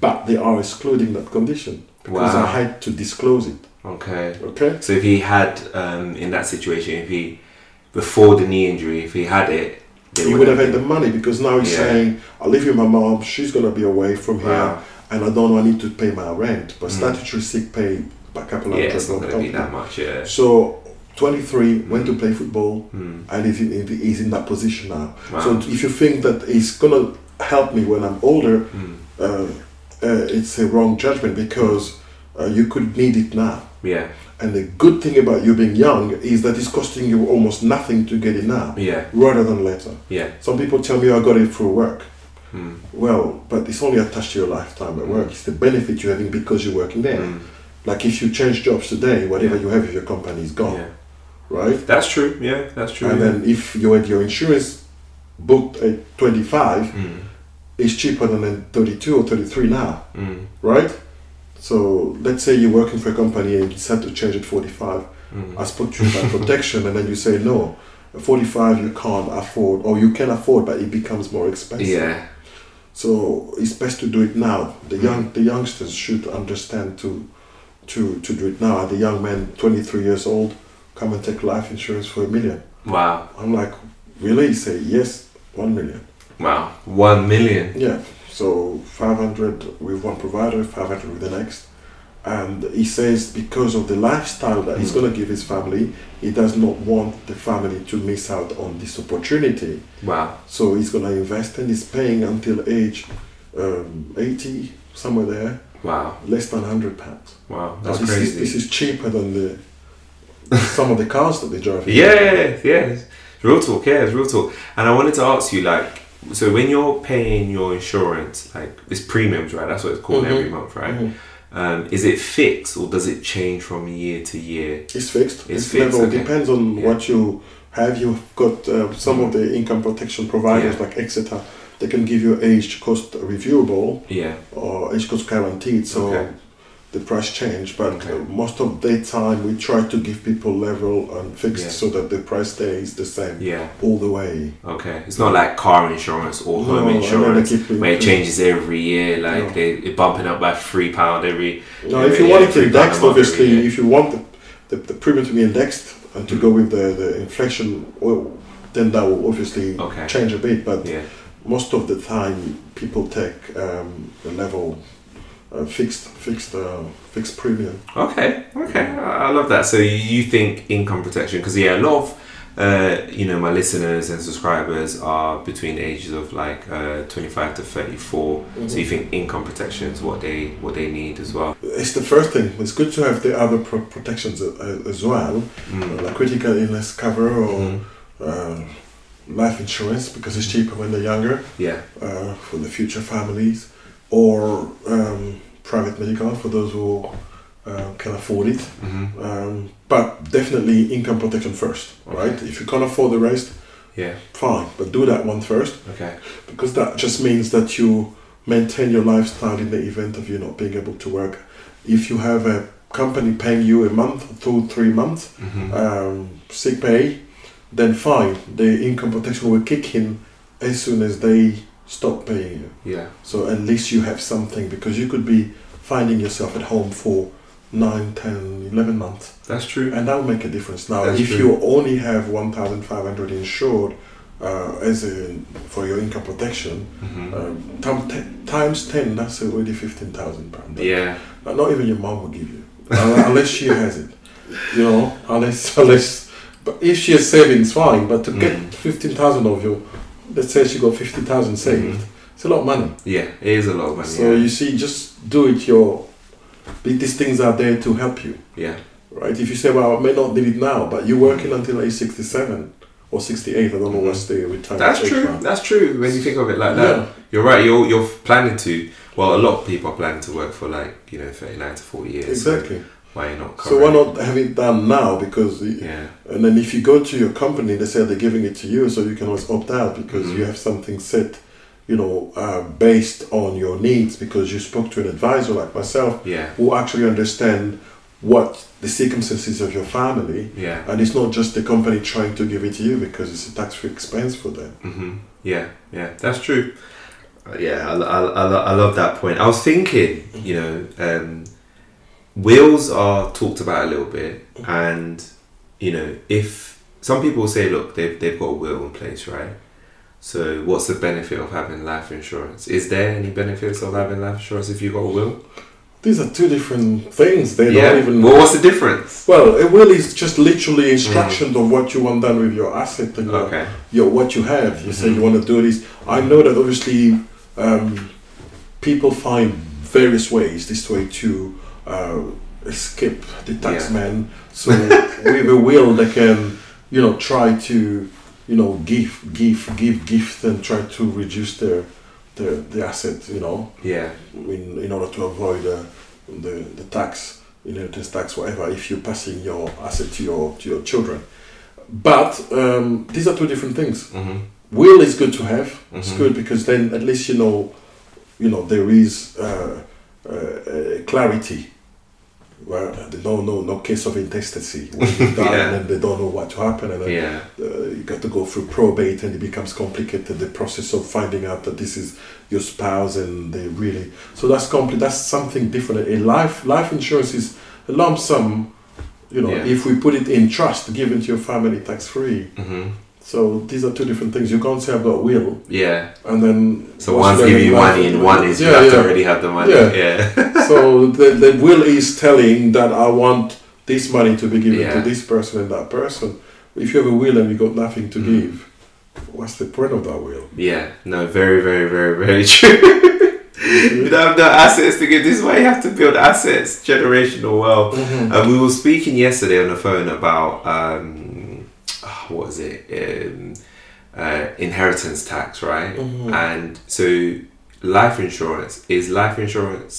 Speaker 3: but they are excluding that condition because
Speaker 1: Wow.
Speaker 3: i had to disclose it
Speaker 1: Okay.
Speaker 3: okay
Speaker 1: So if he had um, in that situation, if he before the knee injury, if he had it, they
Speaker 3: he would have had the money because now he's
Speaker 1: Yeah.
Speaker 3: saying i live with my mom she's going to be away from here
Speaker 1: Wow.
Speaker 3: and i don't know i need to pay my rent but
Speaker 1: Mm.
Speaker 3: statutory sick pay by a couple
Speaker 1: Yeah,
Speaker 3: of
Speaker 1: it's not
Speaker 3: hundred
Speaker 1: going to be that
Speaker 3: pounds.
Speaker 1: much. Yeah.
Speaker 3: so 23 went to play football
Speaker 1: Mm.
Speaker 3: and he's in, he's in that position now
Speaker 1: Wow.
Speaker 3: So if you think that it's gonna help me when I'm older,
Speaker 1: Mm.
Speaker 3: uh, uh, it's a wrong judgment because uh, you could need it now.
Speaker 1: Yeah.
Speaker 3: And the good thing about you being young is that it's costing you almost nothing to get it now,
Speaker 1: Yeah.
Speaker 3: rather than later.
Speaker 1: Yeah.
Speaker 3: Some people tell me I got it through work.
Speaker 1: Mm.
Speaker 3: Well, but it's only attached to your lifetime at work. It's the benefit you're having because you're working there.
Speaker 1: Mm.
Speaker 3: Like if you change jobs today, whatever
Speaker 1: Yeah.
Speaker 3: you have if your company is gone,
Speaker 1: Yeah.
Speaker 3: right?
Speaker 1: That's true. Yeah. That's true.
Speaker 3: Oh. And then if you had your insurance booked at 25,
Speaker 1: Mm.
Speaker 3: is cheaper than a 32 or 33 now,
Speaker 1: Mm.
Speaker 3: right? So let's say you're working for a company and you decide to change at 45.
Speaker 1: Mm.
Speaker 3: I spoke to you about protection, and then you say no, at 45 you can't afford, or you can afford, but it becomes more expensive.
Speaker 1: Yeah.
Speaker 3: So it's best to do it now. The young, the youngsters should understand to, to, to do it now. And the young man, 23 years old, come and take life insurance for a million.
Speaker 1: Wow.
Speaker 3: I'm like, really? He say yes, one million.
Speaker 1: Wow. One million.
Speaker 3: Yeah, so 500 with one provider, 500 with the next. And he says because of the lifestyle that he's
Speaker 1: Mm.
Speaker 3: going to give his family, he does not want the family to miss out on this opportunity.
Speaker 1: Wow.
Speaker 3: So he's going to invest and he's paying until age um, 80, somewhere there,
Speaker 1: Wow.
Speaker 3: less than 100 pounds.
Speaker 1: Wow.
Speaker 3: Now,
Speaker 1: That's
Speaker 3: this Is,
Speaker 1: crazy.
Speaker 3: this is cheaper than the some of the cars that they drive. here.
Speaker 1: Yeah, yeah, it's real talk. Yeah, it's real talk. And I wanted to ask you, like, so when you're paying your insurance, like it's premiums, right? That's what it's called
Speaker 3: Mhm.
Speaker 1: every month, right?
Speaker 3: Mhm.
Speaker 1: Um, is it fixed or does it change from year to year?
Speaker 3: It's fixed. It's,
Speaker 1: It's fixed,
Speaker 3: level.
Speaker 1: okay.
Speaker 3: Depends on
Speaker 1: Yeah. Mm-hmm.
Speaker 3: what you have. You've got uh, some of the income protection providers
Speaker 1: Yeah.
Speaker 3: like Exeter. They can give you age cost reviewable
Speaker 1: Yeah,
Speaker 3: or age cost guaranteed. So
Speaker 1: Okay.
Speaker 3: the price change, but
Speaker 1: Okay.
Speaker 3: uh, most of the time we try to give people level and fixed
Speaker 1: Yeah.
Speaker 3: so that the price stays the same
Speaker 1: yeah,
Speaker 3: all the way.
Speaker 1: okay. It's not like car insurance or home
Speaker 3: No, and then
Speaker 1: insurance
Speaker 3: they keep
Speaker 1: where it
Speaker 3: increasing.
Speaker 1: changes every year, like
Speaker 3: No.
Speaker 1: they it bumping up by three pound every.
Speaker 3: Now,
Speaker 1: every
Speaker 3: if you
Speaker 1: year,
Speaker 3: want it
Speaker 1: three pound a
Speaker 3: indexed,
Speaker 1: month every
Speaker 3: obviously,
Speaker 1: year.
Speaker 3: if you want the, the, the premium to be indexed and
Speaker 1: Mm.
Speaker 3: to go with the, the inflation, well, then that will obviously
Speaker 1: Okay.
Speaker 3: change a bit. But
Speaker 1: yeah,
Speaker 3: most of the time people take um, a level uh, fixed fixed uh, fixed premium
Speaker 1: Okay, okay, I I love that. So you- you think income protection? Because yeah, a lot of uh, you know my listeners and subscribers are between the ages of like uh, twenty five to thirty So you think income protection is what they what they need as well?
Speaker 3: it's the first thing it's good to have the other pro- protections a- a- as well
Speaker 1: Mm.
Speaker 3: like critical illness cover or
Speaker 1: Mhm.
Speaker 3: uh, life insurance because it's cheaper when they're younger
Speaker 1: Yeah,
Speaker 3: uh, for the future families or um, private medical for those who uh, can afford it
Speaker 1: hmm
Speaker 3: um, but definitely income protection first all right if you can't afford the rest
Speaker 1: Yeah.
Speaker 3: Fine, but do that one first
Speaker 1: Okay.
Speaker 3: because that just means that you maintain your lifestyle in the event of you not being able to work. If you have a company paying you a month, two, three months
Speaker 1: hmm
Speaker 3: um, sick pay, then fine, the income protection will kick in as soon as they stop paying you.
Speaker 1: yeah.
Speaker 3: So at least you have something because you could be finding yourself at home for 9, 10, 11 months.
Speaker 1: That's true.
Speaker 3: And that will make a difference. Now,
Speaker 1: That's
Speaker 3: if
Speaker 1: true.
Speaker 3: you only have 1,500 insured uh, as a, for your income protection,
Speaker 1: hmm
Speaker 3: um, time te- times 10, that's already 15,000 pounds.
Speaker 1: yeah.
Speaker 3: But not even your mom will give you, un- unless she has it. You know, unless, [laughs] unless, but if she has savings, fine. But to
Speaker 1: Mm.
Speaker 3: get 15,000 of you, let's say she got 50,000 saved,
Speaker 1: Mhm.
Speaker 3: it's a lot of money.
Speaker 1: Yeah. It is a lot of money.
Speaker 3: So
Speaker 1: yeah.
Speaker 3: you see, just do it your, these things are there to help you
Speaker 1: yeah.
Speaker 3: right? If you say, well, I may not need it now, but you're working until age 67 or 68, I don't know what's the retirement
Speaker 1: That's
Speaker 3: age
Speaker 1: true.
Speaker 3: now.
Speaker 1: That's true. When you think of it like that,
Speaker 3: Yeah,
Speaker 1: you're right. You're you're planning to. Well, a lot of people are planning to work for like you know thirty nine to forty years.
Speaker 3: exactly.
Speaker 1: So why not?
Speaker 3: So why not have it done now? Because
Speaker 1: current?
Speaker 3: and
Speaker 1: Yeah.
Speaker 3: then if you go to your company, they say they're giving it to you, so you can always opt out because
Speaker 1: Mhm.
Speaker 3: you have something set, you know, uh, based on your needs. Because you spoke to an advisor like myself
Speaker 1: Yeah.
Speaker 3: who actually understand what the circumstances of your family,
Speaker 1: Yeah.
Speaker 3: and it's not just the company trying to give it to you because it's a tax-free expense for them.
Speaker 1: hmm Yeah. Yeah. That's true. Uh, Yeah, I, lo- I, lo- I, lo- I love that point. I was thinking, you know, um, wills are talked about a little bit, and you know, if some people say, look, they've they've got a will in place, right? So, what's the benefit of having life insurance? Is there any benefits of having life insurance if you've got a will?
Speaker 3: These are two different things. They
Speaker 1: yeah.
Speaker 3: don't even.
Speaker 1: Well, what's the difference?
Speaker 3: well, a will is just literally instructions on what you want done with your asset and your,
Speaker 1: Okay. Mm-hmm.
Speaker 3: your what you have. You say you want to do this. I know that obviously um, people find various ways this way to uh, escape the tax
Speaker 1: Yeah.
Speaker 3: man. So [laughs] with a will, they can you know try to you know give give give gift and try to reduce their their the asset. You know
Speaker 1: Yeah.
Speaker 3: in, in order to avoid uh, the, the tax, inheritance tax, whatever, if you're passing your asset to your, to your children. But um, these are two different things.
Speaker 1: hmm
Speaker 3: Will is good to have. It's
Speaker 1: Mhm.
Speaker 3: good because then at least you know, you know there is uh, uh, uh, clarity. Well, there's no no no case of intestacy. When you die
Speaker 1: Yeah.
Speaker 3: and then they don't know what to happen, and then
Speaker 1: Yeah.
Speaker 3: uh, you got to go through probate and it becomes complicated the process of finding out that this is your spouse and they really so that's compli that's something different a life life insurance is a lump sum you know
Speaker 1: Yeah.
Speaker 3: if we put it in trust given to your family tax free
Speaker 1: hmm
Speaker 3: so these are two different things you can't say i've got a will
Speaker 1: Yeah.
Speaker 3: and then
Speaker 1: So
Speaker 3: what's
Speaker 1: one's
Speaker 3: the
Speaker 1: giving you
Speaker 3: life-
Speaker 1: money, and one is you
Speaker 3: Yeah,
Speaker 1: have to
Speaker 3: yeah.
Speaker 1: already have the money.
Speaker 3: Yeah.
Speaker 1: yeah.
Speaker 3: [laughs] so the, the will is telling that I want this money to be given
Speaker 1: Yeah.
Speaker 3: to this person and that person. If you have a will and you got nothing to
Speaker 1: Mm.
Speaker 3: give, what's the point of that
Speaker 1: [laughs]
Speaker 3: will?
Speaker 1: Yeah, no, very, very, very, very [laughs] true. you don't have no assets to give. This is why you have to build assets, generational wealth.
Speaker 3: Mm-hmm.
Speaker 1: And we were speaking yesterday on the phone about um, ah, what is it? Um, uh, inheritance tax, right?
Speaker 3: Mhm.
Speaker 1: And so, life insurance is life insurance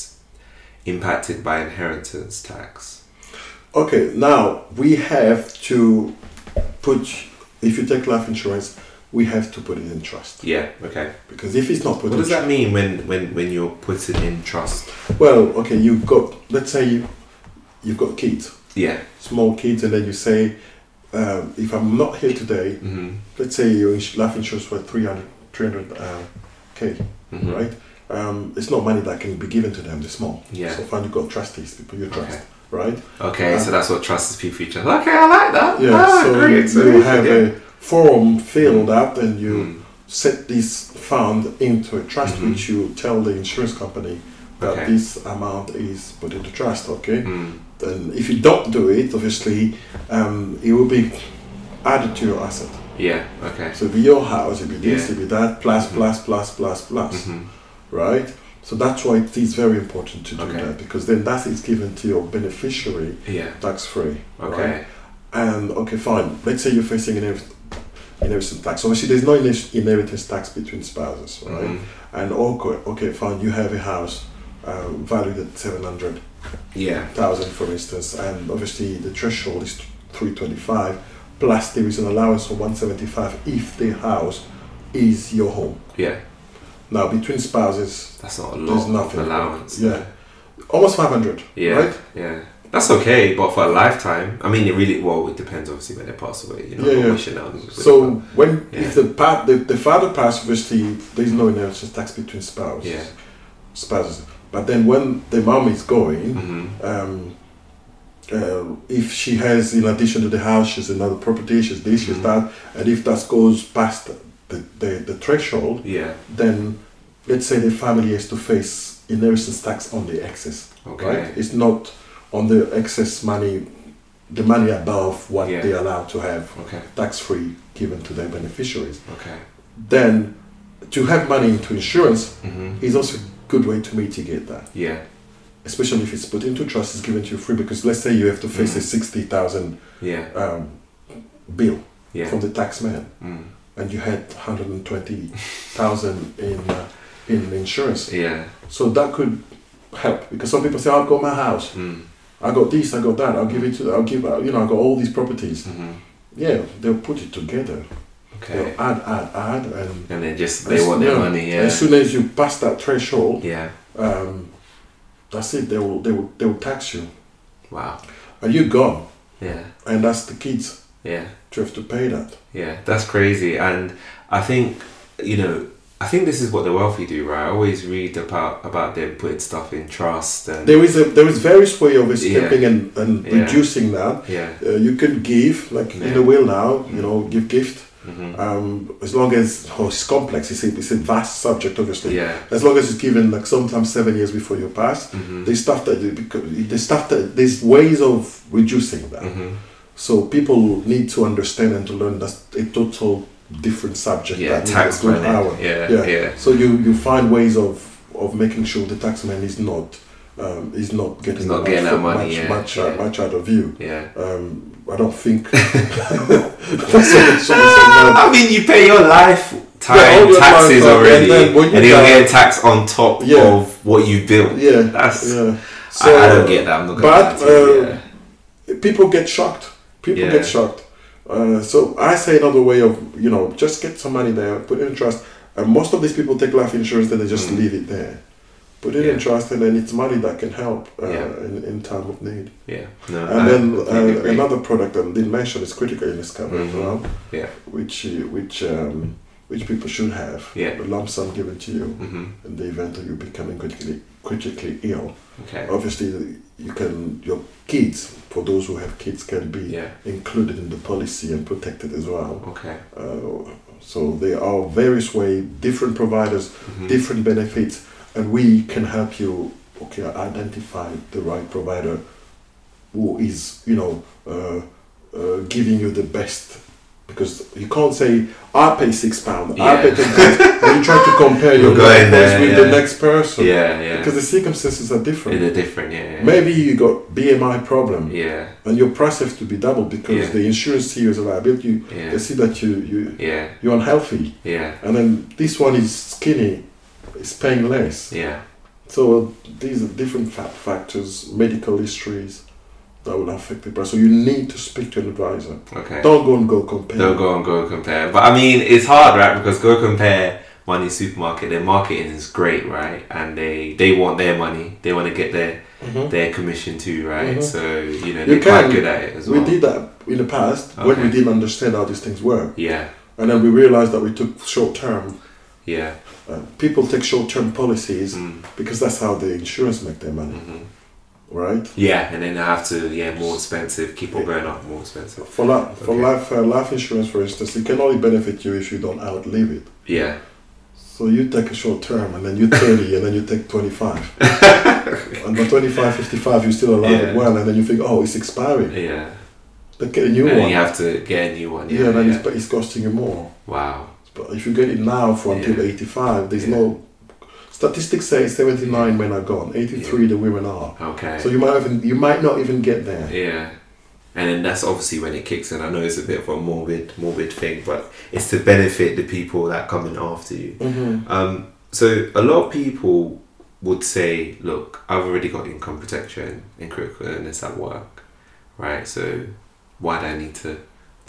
Speaker 1: impacted by inheritance tax?
Speaker 3: Okay, now we have to put. If you take life insurance, we have to put it in trust
Speaker 1: Yeah. Okay.
Speaker 3: because if it's not put
Speaker 1: What
Speaker 3: in
Speaker 1: does
Speaker 3: trust,
Speaker 1: that mean when when when you're putting in trust?
Speaker 3: well, okay, you've got. Let's say you, you've got kids,
Speaker 1: Yeah.
Speaker 3: small kids, and then you say, um, if I'm not here today,
Speaker 1: Mm-hmm.
Speaker 3: let's say your ins- life insurance was 300 300 uh, k
Speaker 1: Mhm.
Speaker 3: right um, it's not money that can be given to them they're small
Speaker 1: Yeah.
Speaker 3: so fine you've got trustees people you trust
Speaker 1: Okay.
Speaker 3: right
Speaker 1: Okay,
Speaker 3: Uh,
Speaker 1: so that's what trust is people each other. Okay, I like that.
Speaker 3: yeah
Speaker 1: ah,
Speaker 3: so
Speaker 1: great. So
Speaker 3: you have a form filled
Speaker 1: Mm.
Speaker 3: up and you
Speaker 1: Mm,
Speaker 3: set this fund into a trust
Speaker 1: Mhm.
Speaker 3: which you tell the insurance company that
Speaker 1: Okay.
Speaker 3: this amount is put into trust okay
Speaker 1: mm,
Speaker 3: and if you don't do it obviously um, it will be added to your asset
Speaker 1: yeah. Okay.
Speaker 3: So it'd be your house, it'd be this,
Speaker 1: Yeah.
Speaker 3: it'd be that, plus,
Speaker 1: Mhm.
Speaker 3: plus, plus, plus, plus,
Speaker 1: hmm
Speaker 3: right? So that's why it is very important to do
Speaker 1: Okay.
Speaker 3: that because then that is given to your beneficiary
Speaker 1: Yeah.
Speaker 3: tax free.
Speaker 1: Okay.
Speaker 3: And okay, fine. Let's say you're facing inherit- inheritance tax. Obviously, there's no inher- inheritance tax between spouses, right?
Speaker 1: Mhm.
Speaker 3: And okay, okay, fine. You have a house uh, valued at seven hundred
Speaker 1: Yeah.
Speaker 3: thousand, for instance, and obviously the threshold is three twenty-five. plus there is an allowance of 175 if the house is your home.
Speaker 1: Yeah,
Speaker 3: Now between spouses,
Speaker 1: that's not a
Speaker 3: there's
Speaker 1: lot
Speaker 3: nothing.
Speaker 1: of allowance.
Speaker 3: Yeah, almost 500.
Speaker 1: Yeah,
Speaker 3: Right?
Speaker 1: yeah. That's okay, but for a lifetime, I mean, it really well. It depends, obviously, when they pass away. You know,
Speaker 3: Yeah,
Speaker 1: not
Speaker 3: yeah.
Speaker 1: wishing out.
Speaker 3: So when
Speaker 1: Yeah.
Speaker 3: if the, pa- the the father passed, obviously there's no inheritance tax between spouses.
Speaker 1: Yeah.
Speaker 3: Spouses. But then when the mom is going,
Speaker 1: Mhm.
Speaker 3: um, uh, if she has in addition to the house, she's another property, she's this, she's
Speaker 1: Mhm.
Speaker 3: that, and if that goes past the, the, the threshold,
Speaker 1: yeah,
Speaker 3: then let's say the family has to face inheritance tax on the excess.
Speaker 1: okay,
Speaker 3: Right? It's not on the excess money, the money above what
Speaker 1: Yeah.
Speaker 3: they're allowed to have
Speaker 1: okay,
Speaker 3: tax free given to their beneficiaries.
Speaker 1: okay.
Speaker 3: Then to have money into insurance
Speaker 1: hmm
Speaker 3: is also a good way to mitigate that.
Speaker 1: Yeah,
Speaker 3: Especially if it's put into trust, it's given to you free because let's say you have to face a
Speaker 1: Mhm.
Speaker 3: sixty thousand
Speaker 1: yeah,
Speaker 3: um, bill
Speaker 1: yeah.
Speaker 3: from the tax man,
Speaker 1: Mm.
Speaker 3: and you had one hundred and twenty thousand in uh, in insurance,
Speaker 1: Yeah.
Speaker 3: so that could help because some people say I've got my house,
Speaker 1: Mm.
Speaker 3: I got this, I got that, I'll give it to, I'll give, uh, you know, I got all these properties.
Speaker 1: hmm
Speaker 3: Yeah, they'll put it together,
Speaker 1: Okay.
Speaker 3: they'll add, add, add, and
Speaker 1: And then just they
Speaker 3: As-
Speaker 1: want their
Speaker 3: yeah.
Speaker 1: money. Yeah.
Speaker 3: As soon as you pass that threshold,
Speaker 1: Yeah.
Speaker 3: um, that's it. They will, they will, they will tax you,
Speaker 1: Wow.
Speaker 3: and you're gone.
Speaker 1: Yeah.
Speaker 3: And that's the kids
Speaker 1: Yeah.
Speaker 3: to have to pay that.
Speaker 1: Yeah. That's crazy. And I think you know. I think this is what the wealthy do, right? I always read about about them putting stuff in trust and
Speaker 3: There is a, there is various way of escaping and, and
Speaker 1: Yeah.
Speaker 3: reducing that.
Speaker 1: yeah.
Speaker 3: Uh, you can give, like in
Speaker 1: Yeah.
Speaker 3: the will now, you know, give gift.
Speaker 1: hmm
Speaker 3: Um, as long as oh, it's complex, it's a, it's a vast subject, obviously.
Speaker 1: Yeah.
Speaker 3: As long as it's given, like sometimes seven years before you pass,
Speaker 1: hmm
Speaker 3: there's stuff that you- because- there's stuff that there's ways of reducing that.
Speaker 1: hmm
Speaker 3: So people need to understand and to learn that's a total different subject.
Speaker 1: Yeah. Mm-hmm.
Speaker 3: that needs
Speaker 1: Tax
Speaker 3: a good
Speaker 1: money.
Speaker 3: hour.
Speaker 1: Yeah.
Speaker 3: Yeah.
Speaker 1: Yeah.
Speaker 3: So you, you find ways of, of making sure the taxman is not um, is not getting
Speaker 1: not getting that money,
Speaker 3: much,
Speaker 1: yeah,
Speaker 3: much, uh,
Speaker 1: yeah.
Speaker 3: much out of you.
Speaker 1: Yeah.
Speaker 3: Um, I don't
Speaker 1: [laughs]
Speaker 3: think. [laughs] That's what it's always about.
Speaker 1: Ah, I mean, you pay your life time
Speaker 3: Yeah, all your
Speaker 1: taxes
Speaker 3: lifetime,
Speaker 1: already,
Speaker 3: and then
Speaker 1: and,
Speaker 3: when you
Speaker 1: you're
Speaker 3: die-
Speaker 1: getting tax on top
Speaker 3: Yeah.
Speaker 1: of what you [laughs] built.
Speaker 3: yeah,
Speaker 1: That's
Speaker 3: yeah.
Speaker 1: I, I don't get that. I'm not. gonna
Speaker 3: but,
Speaker 1: lie to you,
Speaker 3: uh, people get shocked. People
Speaker 1: Yeah.
Speaker 3: get shocked. Uh, so I say another way of you know just get some money there, put it in trust. And most of these people take life insurance and they just
Speaker 1: Mm.
Speaker 3: leave it there. Put it in
Speaker 1: Yeah.
Speaker 3: trust, and then it's money that can help uh,
Speaker 1: Yeah.
Speaker 3: in, in time of need.
Speaker 1: yeah. yeah. No.
Speaker 3: And
Speaker 1: I
Speaker 3: then
Speaker 1: completely
Speaker 3: uh,
Speaker 1: agree.
Speaker 3: another product that I didn't mention is critical illness cover as
Speaker 1: Mhm.
Speaker 3: well.
Speaker 1: Yeah.
Speaker 3: Which uh, which um, which people should have.
Speaker 1: Yeah.
Speaker 3: A lump sum given to you
Speaker 1: Mhm.
Speaker 3: in the event of you becoming critically critically ill. Oh,
Speaker 1: Okay.
Speaker 3: Obviously, you can your kids for those who have kids can be
Speaker 1: Yeah.
Speaker 3: included in the policy and protected as well.
Speaker 1: Okay.
Speaker 3: Uh, so there are various ways, different providers,
Speaker 1: Mhm.
Speaker 3: different benefits, and we can help you. Okay, identify the right provider who is you know uh, uh, giving you the best. Because you can't say I pay six pounds, I pay
Speaker 1: Yeah.
Speaker 3: ten pounds. and you try to compare your
Speaker 1: [laughs] You're going
Speaker 3: numbers
Speaker 1: there,
Speaker 3: with the
Speaker 1: yeah.
Speaker 3: next person
Speaker 1: yeah. Yeah.
Speaker 3: because the circumstances are
Speaker 1: Yeah,
Speaker 3: different.
Speaker 1: they're different. Yeah. yeah.
Speaker 3: Maybe you got BMI problem,
Speaker 1: Yeah.
Speaker 3: and your price has to be doubled because
Speaker 1: Yeah.
Speaker 3: the insurance see you as a liability. You, They
Speaker 1: Yeah.
Speaker 3: see that you you
Speaker 1: Yeah.
Speaker 3: you're unhealthy,
Speaker 1: Yeah.
Speaker 3: and then this one is skinny, is paying less.
Speaker 1: Yeah.
Speaker 3: So these are different fa- factors, medical histories that will affect the price. So you need to speak to an advisor.
Speaker 1: Okay.
Speaker 3: Don't go and go compare.
Speaker 1: They'll go and go compare. But I mean, it's hard, right? Because go compare money supermarket. Their marketing is great, right? And they they want their money. They want to get their
Speaker 3: Mhm.
Speaker 1: their commission too, right?
Speaker 3: Mhm.
Speaker 1: So you know
Speaker 3: You
Speaker 1: they're quite
Speaker 3: can.
Speaker 1: good at it as
Speaker 3: We
Speaker 1: well.
Speaker 3: did that in the past when we
Speaker 1: Okay.
Speaker 3: didn't understand how these things work,
Speaker 1: Yeah.
Speaker 3: and then we realized that we took short term.
Speaker 1: Yeah.
Speaker 3: Uh, people take short term policies
Speaker 1: Mm.
Speaker 3: because that's how the insurance make their money,
Speaker 1: Mhm.
Speaker 3: right?
Speaker 1: Yeah, and then they have to yeah more expensive. Keep on going up, more expensive.
Speaker 3: For life, for
Speaker 1: Okay.
Speaker 3: life, uh, life insurance, for instance, it can only benefit you if you don't outlive it. [laughs]
Speaker 1: Yeah.
Speaker 3: So you take a short term,
Speaker 1: [laughs]
Speaker 3: and then you 30, and then you take 25. and by 25, 55, you still alive
Speaker 1: Yeah.
Speaker 3: well, and then you think, oh, it's expiring.
Speaker 1: Yeah.
Speaker 3: Then get a new
Speaker 1: and
Speaker 3: one.
Speaker 1: you have to get a new one.
Speaker 3: yeah,
Speaker 1: Yeah.
Speaker 3: and then
Speaker 1: yeah.
Speaker 3: It's, but it's costing you more.
Speaker 1: Wow.
Speaker 3: But if you get it now for until
Speaker 1: Yeah.
Speaker 3: 85, there's
Speaker 1: Yeah.
Speaker 3: no. Statistics say 79 men are gone, 83 the women are.
Speaker 1: Okay.
Speaker 3: So you might even you might not even get there.
Speaker 1: yeah. And then that's obviously when it kicks in. I know it's a bit of a morbid, morbid thing, but it's to benefit the people that coming after you.
Speaker 3: Mm-hmm.
Speaker 1: Um, so a lot of people would say, "Look, I've already got income protection and critical illness at work, right? So why do I need to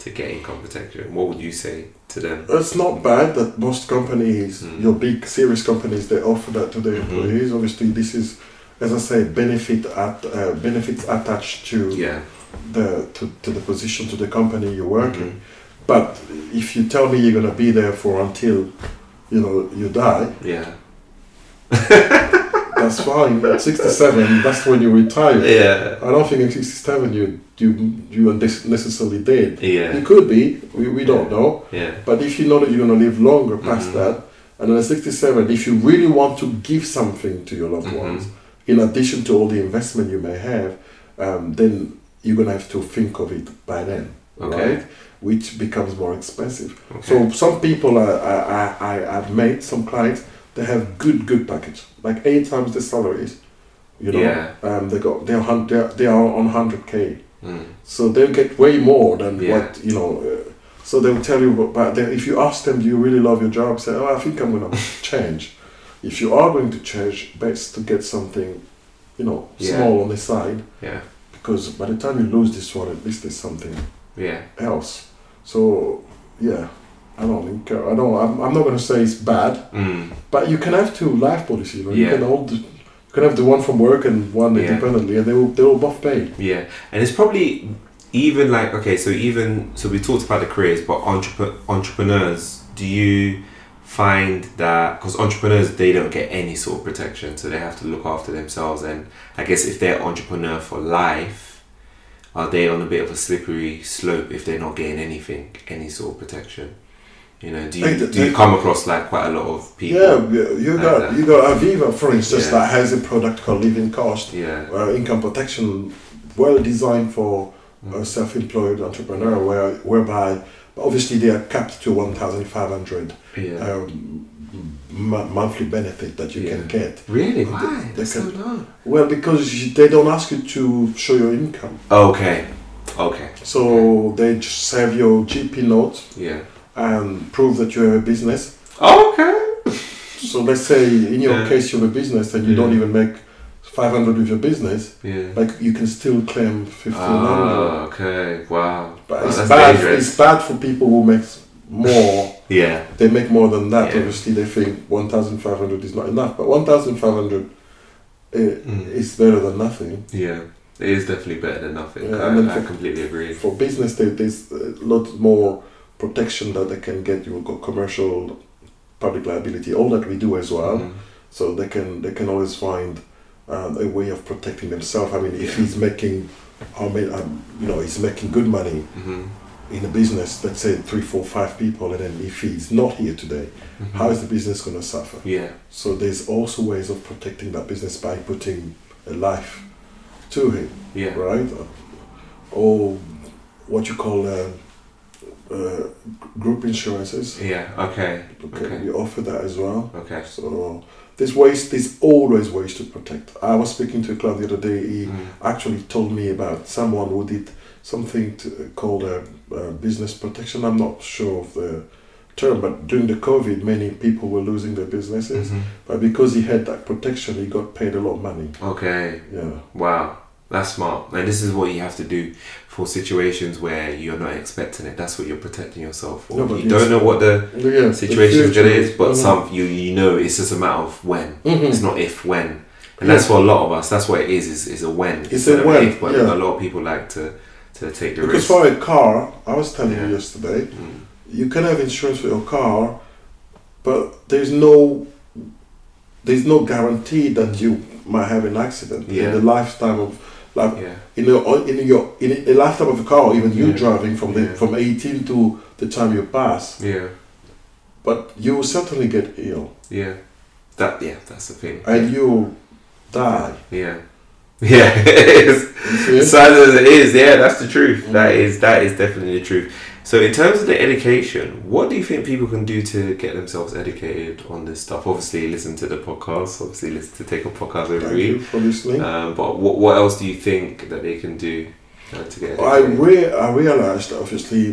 Speaker 1: to get income protection? What would you say to them?
Speaker 3: It's not bad that most companies,
Speaker 1: Mm.
Speaker 3: your big serious companies, they offer that to their
Speaker 1: Mhm.
Speaker 3: employees. Obviously, this is, as I say, benefit at uh, benefits attached to
Speaker 1: Yeah.
Speaker 3: the to, to the position to the company you're working.
Speaker 1: Mhm.
Speaker 3: But if you tell me you're gonna be there for until, you know, you die,
Speaker 1: Yeah.
Speaker 3: that's fine. At 67, that's when you retire.
Speaker 1: Mm-hmm. Yeah.
Speaker 3: I don't think at 67 you you you are dis- necessarily dead. You
Speaker 1: Yeah.
Speaker 3: could be. We, we don't know.
Speaker 1: Yeah.
Speaker 3: But if you know that you're going to live longer past
Speaker 1: Mhm.
Speaker 3: that, and then at 67, if you really want to give something to your loved
Speaker 1: Mhm.
Speaker 3: ones, in addition to all the investment you may have, um, then you're going to have to think of it by then,
Speaker 1: Okay.
Speaker 3: right? Which becomes more expensive.
Speaker 1: Okay.
Speaker 3: So some people I, I, I, I've met, some clients, they have good, good package, like eight times the salaries. You know,
Speaker 1: Yeah.
Speaker 3: um, they got they're, hun- they're they are on hundred k
Speaker 1: Mm.
Speaker 3: so they'll get way more than
Speaker 1: Yeah.
Speaker 3: what you know. Uh, so they'll tell you, about- but they, if you ask them, do you really love your job? Say, oh, I think I'm
Speaker 1: [laughs]
Speaker 3: gonna change. If you are going to change, best to get something, you know,
Speaker 1: Yeah.
Speaker 3: small on the side
Speaker 1: Yeah.
Speaker 3: because by the time you lose this one, at least there's something
Speaker 1: Yeah.
Speaker 3: else. So yeah, I don't think uh, I don't. I'm, I'm not gonna say it's bad,
Speaker 1: Mm.
Speaker 3: but you can have two life policies. You, know?
Speaker 1: Yeah.
Speaker 3: you can hold. You can have the one from work and one
Speaker 1: Yeah.
Speaker 3: independently, and they will they will both pay.
Speaker 1: Yeah. And it's probably even like okay, so even so we talked about the careers, but entrep- entrepreneurs, do you find that because entrepreneurs they don't get any sort of protection, so they have to look after themselves, and I guess if they're entrepreneur for life, are they on a bit of a slippery slope if they're not getting anything, any sort of protection? You know, do
Speaker 3: They-
Speaker 1: you,
Speaker 3: they-
Speaker 1: do you come across like quite a lot of people?
Speaker 3: Yeah, you you
Speaker 1: like
Speaker 3: got
Speaker 1: that.
Speaker 3: you got Aviva, for instance,
Speaker 1: Yeah.
Speaker 3: that has a product called Living Cost,
Speaker 1: Yeah.
Speaker 3: uh, income protection, well designed for a
Speaker 1: Mm.
Speaker 3: self-employed entrepreneur, where whereby obviously they are capped to one thousand five hundred
Speaker 1: Yeah.
Speaker 3: um, m- monthly benefit that you can
Speaker 1: Yeah.
Speaker 3: get.
Speaker 1: Really?
Speaker 3: they-
Speaker 1: Why?
Speaker 3: they
Speaker 1: That's so low.
Speaker 3: Well, because you- they don't ask you to show your income,
Speaker 1: Okay. Okay.
Speaker 3: so they just save your GP note
Speaker 1: Yeah.
Speaker 3: and prove that you have a business.
Speaker 1: Okay.
Speaker 3: So let's say in your
Speaker 1: Yeah.
Speaker 3: case you have a business and you
Speaker 1: Yeah.
Speaker 3: don't even make 500 with your business,
Speaker 1: Yeah.
Speaker 3: like you can still claim 1500.
Speaker 1: Ah, okay. Wow.
Speaker 3: but
Speaker 1: Wow,
Speaker 3: it's
Speaker 1: that's
Speaker 3: bad.
Speaker 1: dangerous.
Speaker 3: It's bad for people who make
Speaker 1: [laughs]
Speaker 3: more.
Speaker 1: Yeah.
Speaker 3: They make more than that.
Speaker 1: Yeah.
Speaker 3: Obviously, they think 1500 is not enough, but 1500 i-
Speaker 1: Mm.
Speaker 3: eh, is better than nothing.
Speaker 1: Yeah. It is definitely better than nothing.
Speaker 3: Yeah,
Speaker 1: I,
Speaker 3: and then
Speaker 1: I
Speaker 3: for-
Speaker 1: completely agree.
Speaker 3: For business, there- there's a lot more protection that they can get. You've got commercial, public liability, all that we do as well.
Speaker 1: Mhm.
Speaker 3: so they can they can always find um, a way of protecting themselves. I mean, if he's making, I mean, um, you know, he's making good money
Speaker 1: Mhm.
Speaker 3: in a business. Let's say three, four, five people, and then if he's not here today,
Speaker 1: Mhm.
Speaker 3: how is the business going to suffer?
Speaker 1: Yeah.
Speaker 3: So there's also ways of protecting that business by putting a life to him,
Speaker 1: Yeah.
Speaker 3: right? Or what you call uh, uh, group insurances.
Speaker 1: Yeah. Okay.
Speaker 3: Okay,
Speaker 1: Okay.
Speaker 3: we offer that as well.
Speaker 1: Okay.
Speaker 3: So there's ways, there's always ways to protect. I was speaking to a client the other day. He
Speaker 1: Mm.
Speaker 3: actually told me about someone who did something to, called a, uh business protection. I'm not sure of the term, but during the COVID, many people were losing their businesses.
Speaker 1: Mhm.
Speaker 3: But because he had that protection, he got paid a lot of money.
Speaker 1: Oh. Okay.
Speaker 3: Yeah,
Speaker 1: Wow. That's smart. And this is what you have to do for situations where you're not expecting it. That's what you're protecting yourself for.
Speaker 3: No, but
Speaker 1: you don't
Speaker 3: it's-
Speaker 1: know what the
Speaker 3: yeah.
Speaker 1: situation is gonna is, but some you you know it's just a matter of when. It's
Speaker 3: hmm
Speaker 1: not if when. And that's for a lot of us. That's what it is. Is, is a when.
Speaker 3: It's
Speaker 1: instead
Speaker 3: a
Speaker 1: of
Speaker 3: when,
Speaker 1: if, but
Speaker 3: yeah.
Speaker 1: a lot of people like to to take the
Speaker 3: Because
Speaker 1: risk.
Speaker 3: for a car, I was telling
Speaker 1: Yeah.
Speaker 3: you yesterday,
Speaker 1: Mm.
Speaker 3: you can have insurance for your car, but there's no there's no guarantee that you might have an accident
Speaker 1: Yeah.
Speaker 3: in the lifetime of like
Speaker 1: Yeah.
Speaker 3: in your in your in the lifetime of a car, or even you
Speaker 1: Yeah.
Speaker 3: driving from the
Speaker 1: Yeah.
Speaker 3: from 18 to the time you pass.
Speaker 1: Yeah.
Speaker 3: But you will certainly get ill
Speaker 1: Yeah. That yeah. That's the thing.
Speaker 3: and you die.
Speaker 1: yeah. [laughs] Yeah, it is.
Speaker 3: You see?
Speaker 1: Sad as it is, yeah, that's the truth.
Speaker 3: Hmm.
Speaker 1: That is that is definitely the truth. So, in terms of the education, what do you think people can do to get themselves educated on this stuff? Obviously, listen to the podcast. Obviously, listen to take a podcast every
Speaker 3: Thank
Speaker 1: week.
Speaker 3: you for listening.
Speaker 1: Um, but what, what else do you think that they can do uh, to get
Speaker 3: I
Speaker 1: educated?
Speaker 3: re- I realized obviously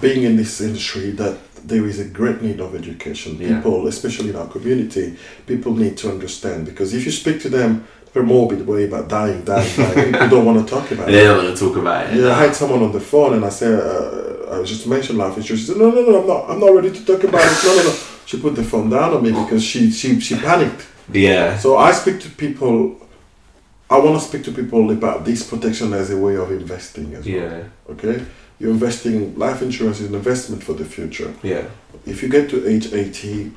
Speaker 3: being in this industry that there is a great need of education.
Speaker 1: Yeah.
Speaker 3: People, especially in our community, people need to understand because if you speak to them very morbid way about dying, dying, dying, people don't want to talk
Speaker 1: [laughs]
Speaker 3: about
Speaker 1: They
Speaker 3: it.
Speaker 1: don't want to talk about it.
Speaker 3: Yeah, I had someone on the phone and I said, uh, I just mentioned life insurance. She said, no, no, no, I'm not, I'm not ready to talk about it. No, no, no. She put the phone down on me because she, she, she panicked.
Speaker 1: Yeah.
Speaker 3: So I speak to people. I want to speak to people about this protection as a way of investing as well.
Speaker 1: Yeah.
Speaker 3: Okay, you're investing. Life insurance is an investment for the future.
Speaker 1: Yeah.
Speaker 3: If you get to age eighty,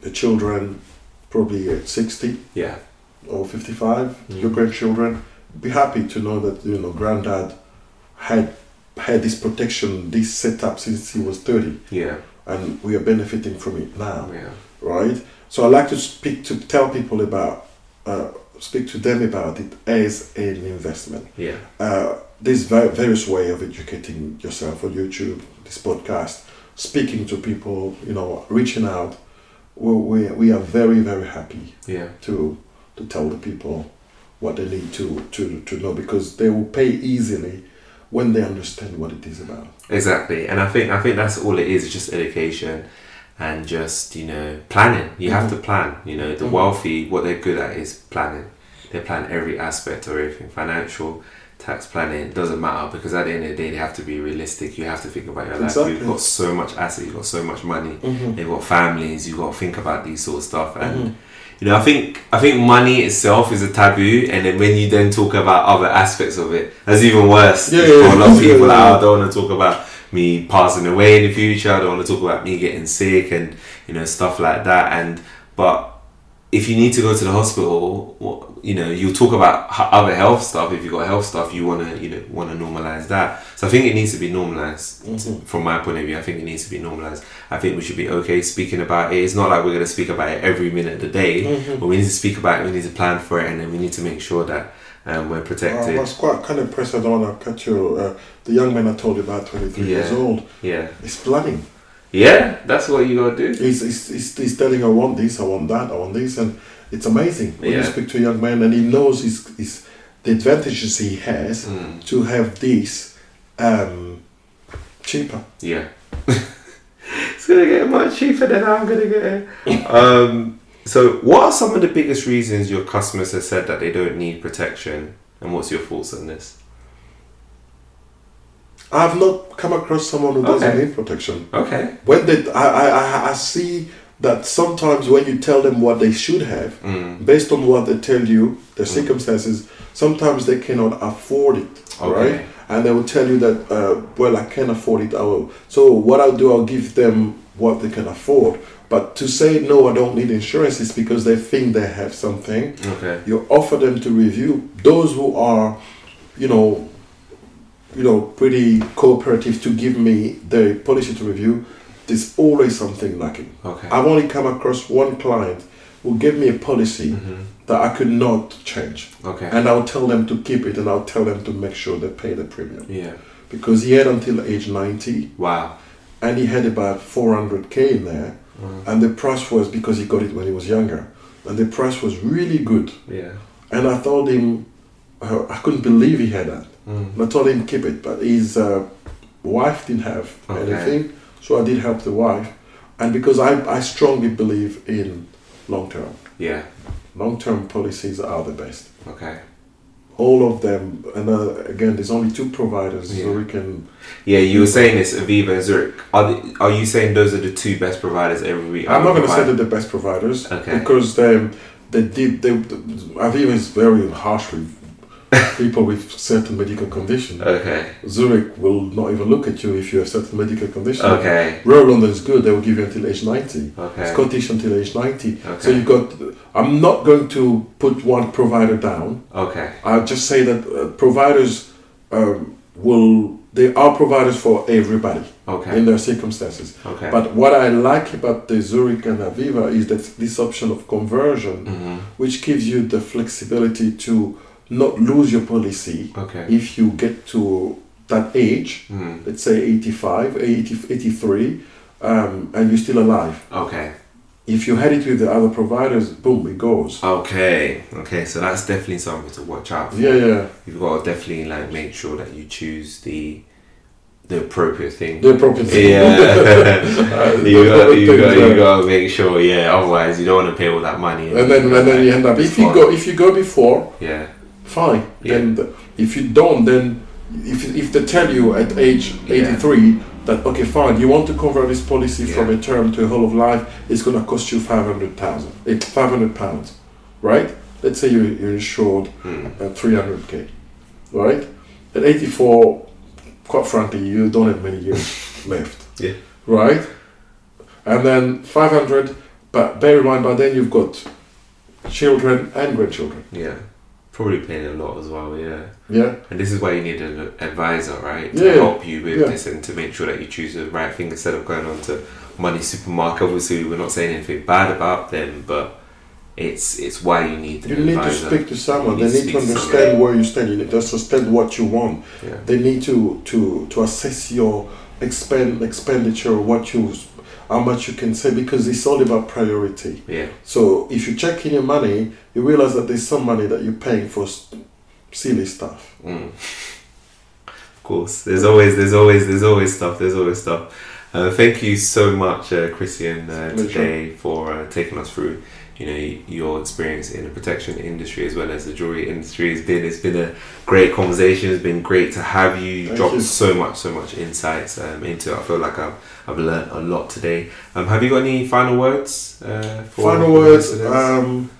Speaker 3: the children, probably at sixty
Speaker 1: Yeah.
Speaker 3: or fifty-five,
Speaker 1: Mm.
Speaker 3: your grandchildren, be happy to know that you know granddad had had this protection, this setup since he was thirty,
Speaker 1: Yeah.
Speaker 3: and we are benefiting from it now
Speaker 1: Yeah.
Speaker 3: right? So I like to speak to tell people about, uh, speak to them about it as an investment.
Speaker 1: Yeah.
Speaker 3: Uh, there's va- various way of educating yourself on YouTube, this podcast, speaking to people, you know, reaching out. We we, we are very very happy
Speaker 1: Yeah.
Speaker 3: to to tell the people what they need to to to know because they will pay easily when they understand what it is about.
Speaker 1: Exactly. And I think I think that's all it is, it's just education and just, you know, planning. You
Speaker 3: Mm-hmm.
Speaker 1: have to plan. You know, the
Speaker 3: Mhm.
Speaker 1: wealthy, what they're good at is planning. They plan every aspect or everything. Financial, tax planning, it doesn't matter because at the end of the day they have to be realistic. You have to think about your life.
Speaker 3: Exactly.
Speaker 1: You've got so much asset, you've got so much money, they've got families, you've got to think about these sort of stuff and
Speaker 3: Mhm.
Speaker 1: You know, I think I think money itself is a taboo, and then when you then talk about other aspects of it, that's even worse.
Speaker 3: Yeah,
Speaker 1: for a lot of
Speaker 3: [laughs] yeah,
Speaker 1: people,
Speaker 3: yeah,
Speaker 1: like,
Speaker 3: yeah.
Speaker 1: "Oh, I don't want to talk about me passing away in the future. I don't want to talk about me getting sick and you know stuff like that. And but if you need to go to the hospital, what- you know, you'll talk about h- other health stuff. If you've got health stuff, you wanna you know wanna normalize that. So I think it needs to be normalized
Speaker 3: Mm-hmm.
Speaker 1: from my point of view, I think it needs to be normalized. I think we should be okay speaking about it. It's not like we're going to speak about it every minute of the day, but we need to speak about it. We need to plan for it, and then we need to make sure that um, we're
Speaker 3: I
Speaker 1: protected.
Speaker 3: was Uh, quite kind of impressed. I don't want to cut you. Uh, the young man I told you about, 23 years
Speaker 1: Yeah.
Speaker 3: old,
Speaker 1: yeah,
Speaker 3: he's planning.
Speaker 1: yeah, that's what you got to do.
Speaker 3: He's, he's, he's, he's telling, I want this, I want that, I want this. And it's amazing when you
Speaker 1: Yeah.
Speaker 3: speak to a young man and he knows his, his, the advantages he has
Speaker 1: Mm,
Speaker 3: to have this um, cheaper.
Speaker 1: yeah, [laughs] it's gonna get much cheaper than I'm gonna get. it. Um, so, what are some of the biggest reasons your customers have said that they don't need protection, and what's your thoughts on this?
Speaker 3: I've not come across someone who doesn't
Speaker 1: Okay.
Speaker 3: need protection.
Speaker 1: Okay.
Speaker 3: When they, I, I, I- I see that sometimes when you tell them what they should have,
Speaker 1: Mm,
Speaker 3: based on what they tell you, the circumstances, sometimes they cannot afford it,
Speaker 1: Okay.
Speaker 3: right? And they will tell you that, uh, well, I can afford it. I will. So what I'll do, I'll give them what they can afford. But to say no, I don't need insurance is because they think they have something.
Speaker 1: okay.
Speaker 3: You offer them to review. Those who are, you know, you know, pretty cooperative to give me the policy to review. There's always something lacking.
Speaker 1: Okay.
Speaker 3: I've only come across one client who gave me a policy
Speaker 1: Mhm.
Speaker 3: that I could not change.
Speaker 1: Okay.
Speaker 3: And I'll tell them to keep it and I'll tell them to make sure they pay the premium.
Speaker 1: Yeah.
Speaker 3: Because he had until age 90
Speaker 1: Wow.
Speaker 3: and he had about 400k in there.
Speaker 1: Mm,
Speaker 3: And the price was because he got it when he was younger. And the price was really good.
Speaker 1: yeah.
Speaker 3: And I told him, uh, I couldn't believe he had that.
Speaker 1: Mm.
Speaker 3: And I told him keep it. But his uh, wife didn't have
Speaker 1: Okay.
Speaker 3: anything. So I did help the wife. And because I, I strongly believe in long term,
Speaker 1: Yeah.
Speaker 3: long term policies are the best.
Speaker 1: Okay.
Speaker 3: all of them and uh, again there's only two providers
Speaker 1: Yeah.
Speaker 3: so we can
Speaker 1: Yeah, you were saying this Aviva and Zurich. Are the, are you saying those are the two best providers every week?
Speaker 3: i'm not going to say
Speaker 1: Provider-
Speaker 3: they're the best providers
Speaker 1: Okay.
Speaker 3: because they they did they aviva is very harsh with people with certain medical condition
Speaker 1: Okay.
Speaker 3: zurich will not even look at you if you have certain medical condition
Speaker 1: Okay.
Speaker 3: rural london is good they will give you until age 90
Speaker 1: Okay.
Speaker 3: scottish until age 90 so
Speaker 1: Okay.
Speaker 3: you've got i'm not going to put one provider down
Speaker 1: Okay.
Speaker 3: I'll just say that uh, providers um, will, they are providers for everybody
Speaker 1: Okay.
Speaker 3: in their circumstances.
Speaker 1: Okay.
Speaker 3: But what I like about the Zurich and Aviva is that this option of conversion,
Speaker 1: hmm
Speaker 3: which gives you the flexibility to not lose your policy
Speaker 1: Okay.
Speaker 3: if you get to that age,
Speaker 1: Mm.
Speaker 3: let's say 85, 80, 83, um, and you're still alive.
Speaker 1: Okay.
Speaker 3: If you had it with the other providers, boom, it goes.
Speaker 1: Okay. Okay. So that's definitely something to watch out for.
Speaker 3: Yeah, yeah.
Speaker 1: You've got to definitely like make sure that you choose the the the appropriate thing.
Speaker 3: The appropriate thing.
Speaker 1: [laughs]
Speaker 3: [laughs]
Speaker 1: Yeah.
Speaker 3: Uh,
Speaker 1: [laughs] you
Speaker 3: [laughs]
Speaker 1: got you
Speaker 3: things
Speaker 1: got
Speaker 3: there.
Speaker 1: you got to make sure. Yeah, otherwise you don't want to pay all that money.
Speaker 3: And then and then you end up if you go if you go before,
Speaker 1: Yeah.
Speaker 3: fine. Then the- if you don't, then if if they tell you at age
Speaker 1: Yeah.
Speaker 3: eighty three that okay fine you want to convert this policy from
Speaker 1: Yeah.
Speaker 3: a term to a whole of life it's going to cost you 500,000 it's 500 eh, pounds right let's say you, you're insured
Speaker 1: Mm.
Speaker 3: at 300k, right? At 84, quite frankly, you don't have many years [laughs] left,
Speaker 1: Yeah.
Speaker 3: right? And then 500, but bear in mind, by then you've got children and grandchildren,
Speaker 1: Yeah. Probably paying a lot as well. Yeah.
Speaker 3: yeah,
Speaker 1: And this is why you need an advisor, right?
Speaker 3: Yeah.
Speaker 1: To help you with
Speaker 3: Yeah.
Speaker 1: this and to make sure that you choose the right thing instead of going on to money supermarket. Obviously, we're not saying anything bad about them, but it's it's why you need
Speaker 3: you
Speaker 1: an
Speaker 3: need to
Speaker 1: advisor.
Speaker 3: speak to someone.
Speaker 1: You need
Speaker 3: They
Speaker 1: to speak
Speaker 3: need to
Speaker 1: to
Speaker 3: understand
Speaker 1: someone.
Speaker 3: where you stand. You need to understand what you want.
Speaker 1: yeah.
Speaker 3: They need to to to assess your expend expenditure, what you, how much you can say, because it's all about priority.
Speaker 1: Yeah.
Speaker 3: So if you check in your money, you realize that there's some money that you're paying for s- silly stuff.
Speaker 1: Mm. Of course, there's always, there's always, there's always stuff. There's always stuff. Uh, thank you so much, uh, Christian, uh,
Speaker 3: Pleasure.
Speaker 1: today for uh, taking us through, you know, your experience in the protection industry as well as the jewelry industry. It's been, it's been a great conversation. It's been great to have you. You
Speaker 3: Thank
Speaker 1: dropped
Speaker 3: you.
Speaker 1: so much, so much insights um, into. It. I feel like I've, I've learned a lot today. Um, have you got any final words? Uh, for
Speaker 3: Final
Speaker 1: the
Speaker 3: words.
Speaker 1: listeners?
Speaker 3: Um,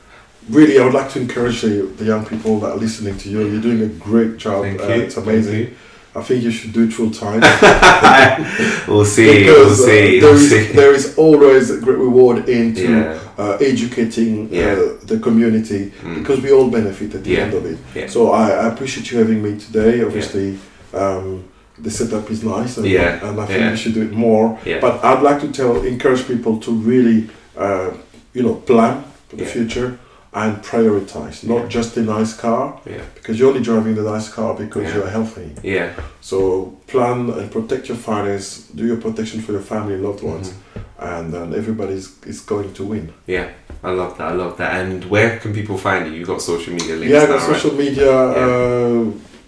Speaker 3: really, I would like to encourage the, the young people that are listening to you. You're doing a great job.
Speaker 1: Thank
Speaker 3: uh,
Speaker 1: you.
Speaker 3: It's amazing. I think you should do it full time.
Speaker 1: [laughs] we'll [laughs] see. We'll
Speaker 3: uh,
Speaker 1: see.
Speaker 3: there,
Speaker 1: We'll
Speaker 3: is,
Speaker 1: see.
Speaker 3: there is always a great reward into
Speaker 1: Yeah.
Speaker 3: uh, educating
Speaker 1: Yeah.
Speaker 3: uh, the community
Speaker 1: Mm.
Speaker 3: because we all benefit at the
Speaker 1: Yeah.
Speaker 3: end of it.
Speaker 1: Yeah.
Speaker 3: So I, I appreciate you having me today. Obviously, um, the setup is nice, and,
Speaker 1: Yeah.
Speaker 3: and I think
Speaker 1: Yeah.
Speaker 3: we should do it more.
Speaker 1: Yeah.
Speaker 3: But I'd like to tell, encourage people to really, uh, you know, plan for the
Speaker 1: Yeah.
Speaker 3: future and prioritize, not
Speaker 1: Yeah.
Speaker 3: just a nice car,
Speaker 1: Yeah.
Speaker 3: because you're only driving the nice car because
Speaker 1: Yeah.
Speaker 3: you're healthy.
Speaker 1: Yeah.
Speaker 3: So plan and protect your finance, do your protection for your family and loved ones,
Speaker 1: Mm-hmm.
Speaker 3: and then everybody's is going to win.
Speaker 1: Yeah, I love that. I love that. And where can people find you? You got social media links.
Speaker 3: yeah, I
Speaker 1: now,
Speaker 3: got social media, uh,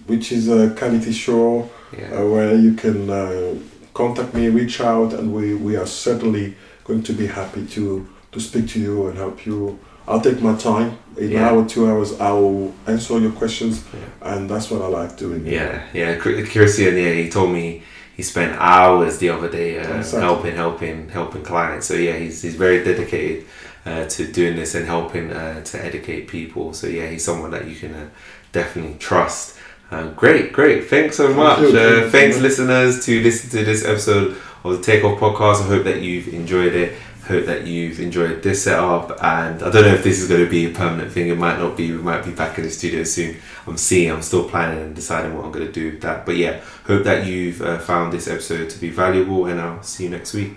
Speaker 3: which is uh, Canity Show.
Speaker 1: Right? Yeah.
Speaker 3: uh, where you can uh, contact me, reach out, and we, we are certainly going to be happy to, to speak to you and help you. I'll take my time, in an
Speaker 1: Yeah.
Speaker 3: hour, two hours, I'll answer your questions,
Speaker 1: Yeah.
Speaker 3: and that's what I like doing.
Speaker 1: Yeah, yeah. Cr- Christian, yeah, he told me he spent hours the other day uh,
Speaker 3: Exactly.
Speaker 1: helping, helping, helping clients. So yeah, he's, he's very dedicated uh, to doing this and helping uh, to educate people. So yeah, he's someone that you can uh, definitely trust. Uh, great, great. Thanks so
Speaker 3: Thank
Speaker 1: much.
Speaker 3: you. Thank
Speaker 1: Uh,
Speaker 3: you.
Speaker 1: thanks, listeners, to listen to this episode of the Take Off Podcast. I hope that you've enjoyed it. Hope that you've enjoyed this setup, and I don't know if this is going to be a permanent thing. It might not be. We might be back in the studio soon. I'm seeing, I'm still planning and deciding what I'm going to do with that. But yeah, hope that you've uh, found this episode to be valuable, and I'll see you next week.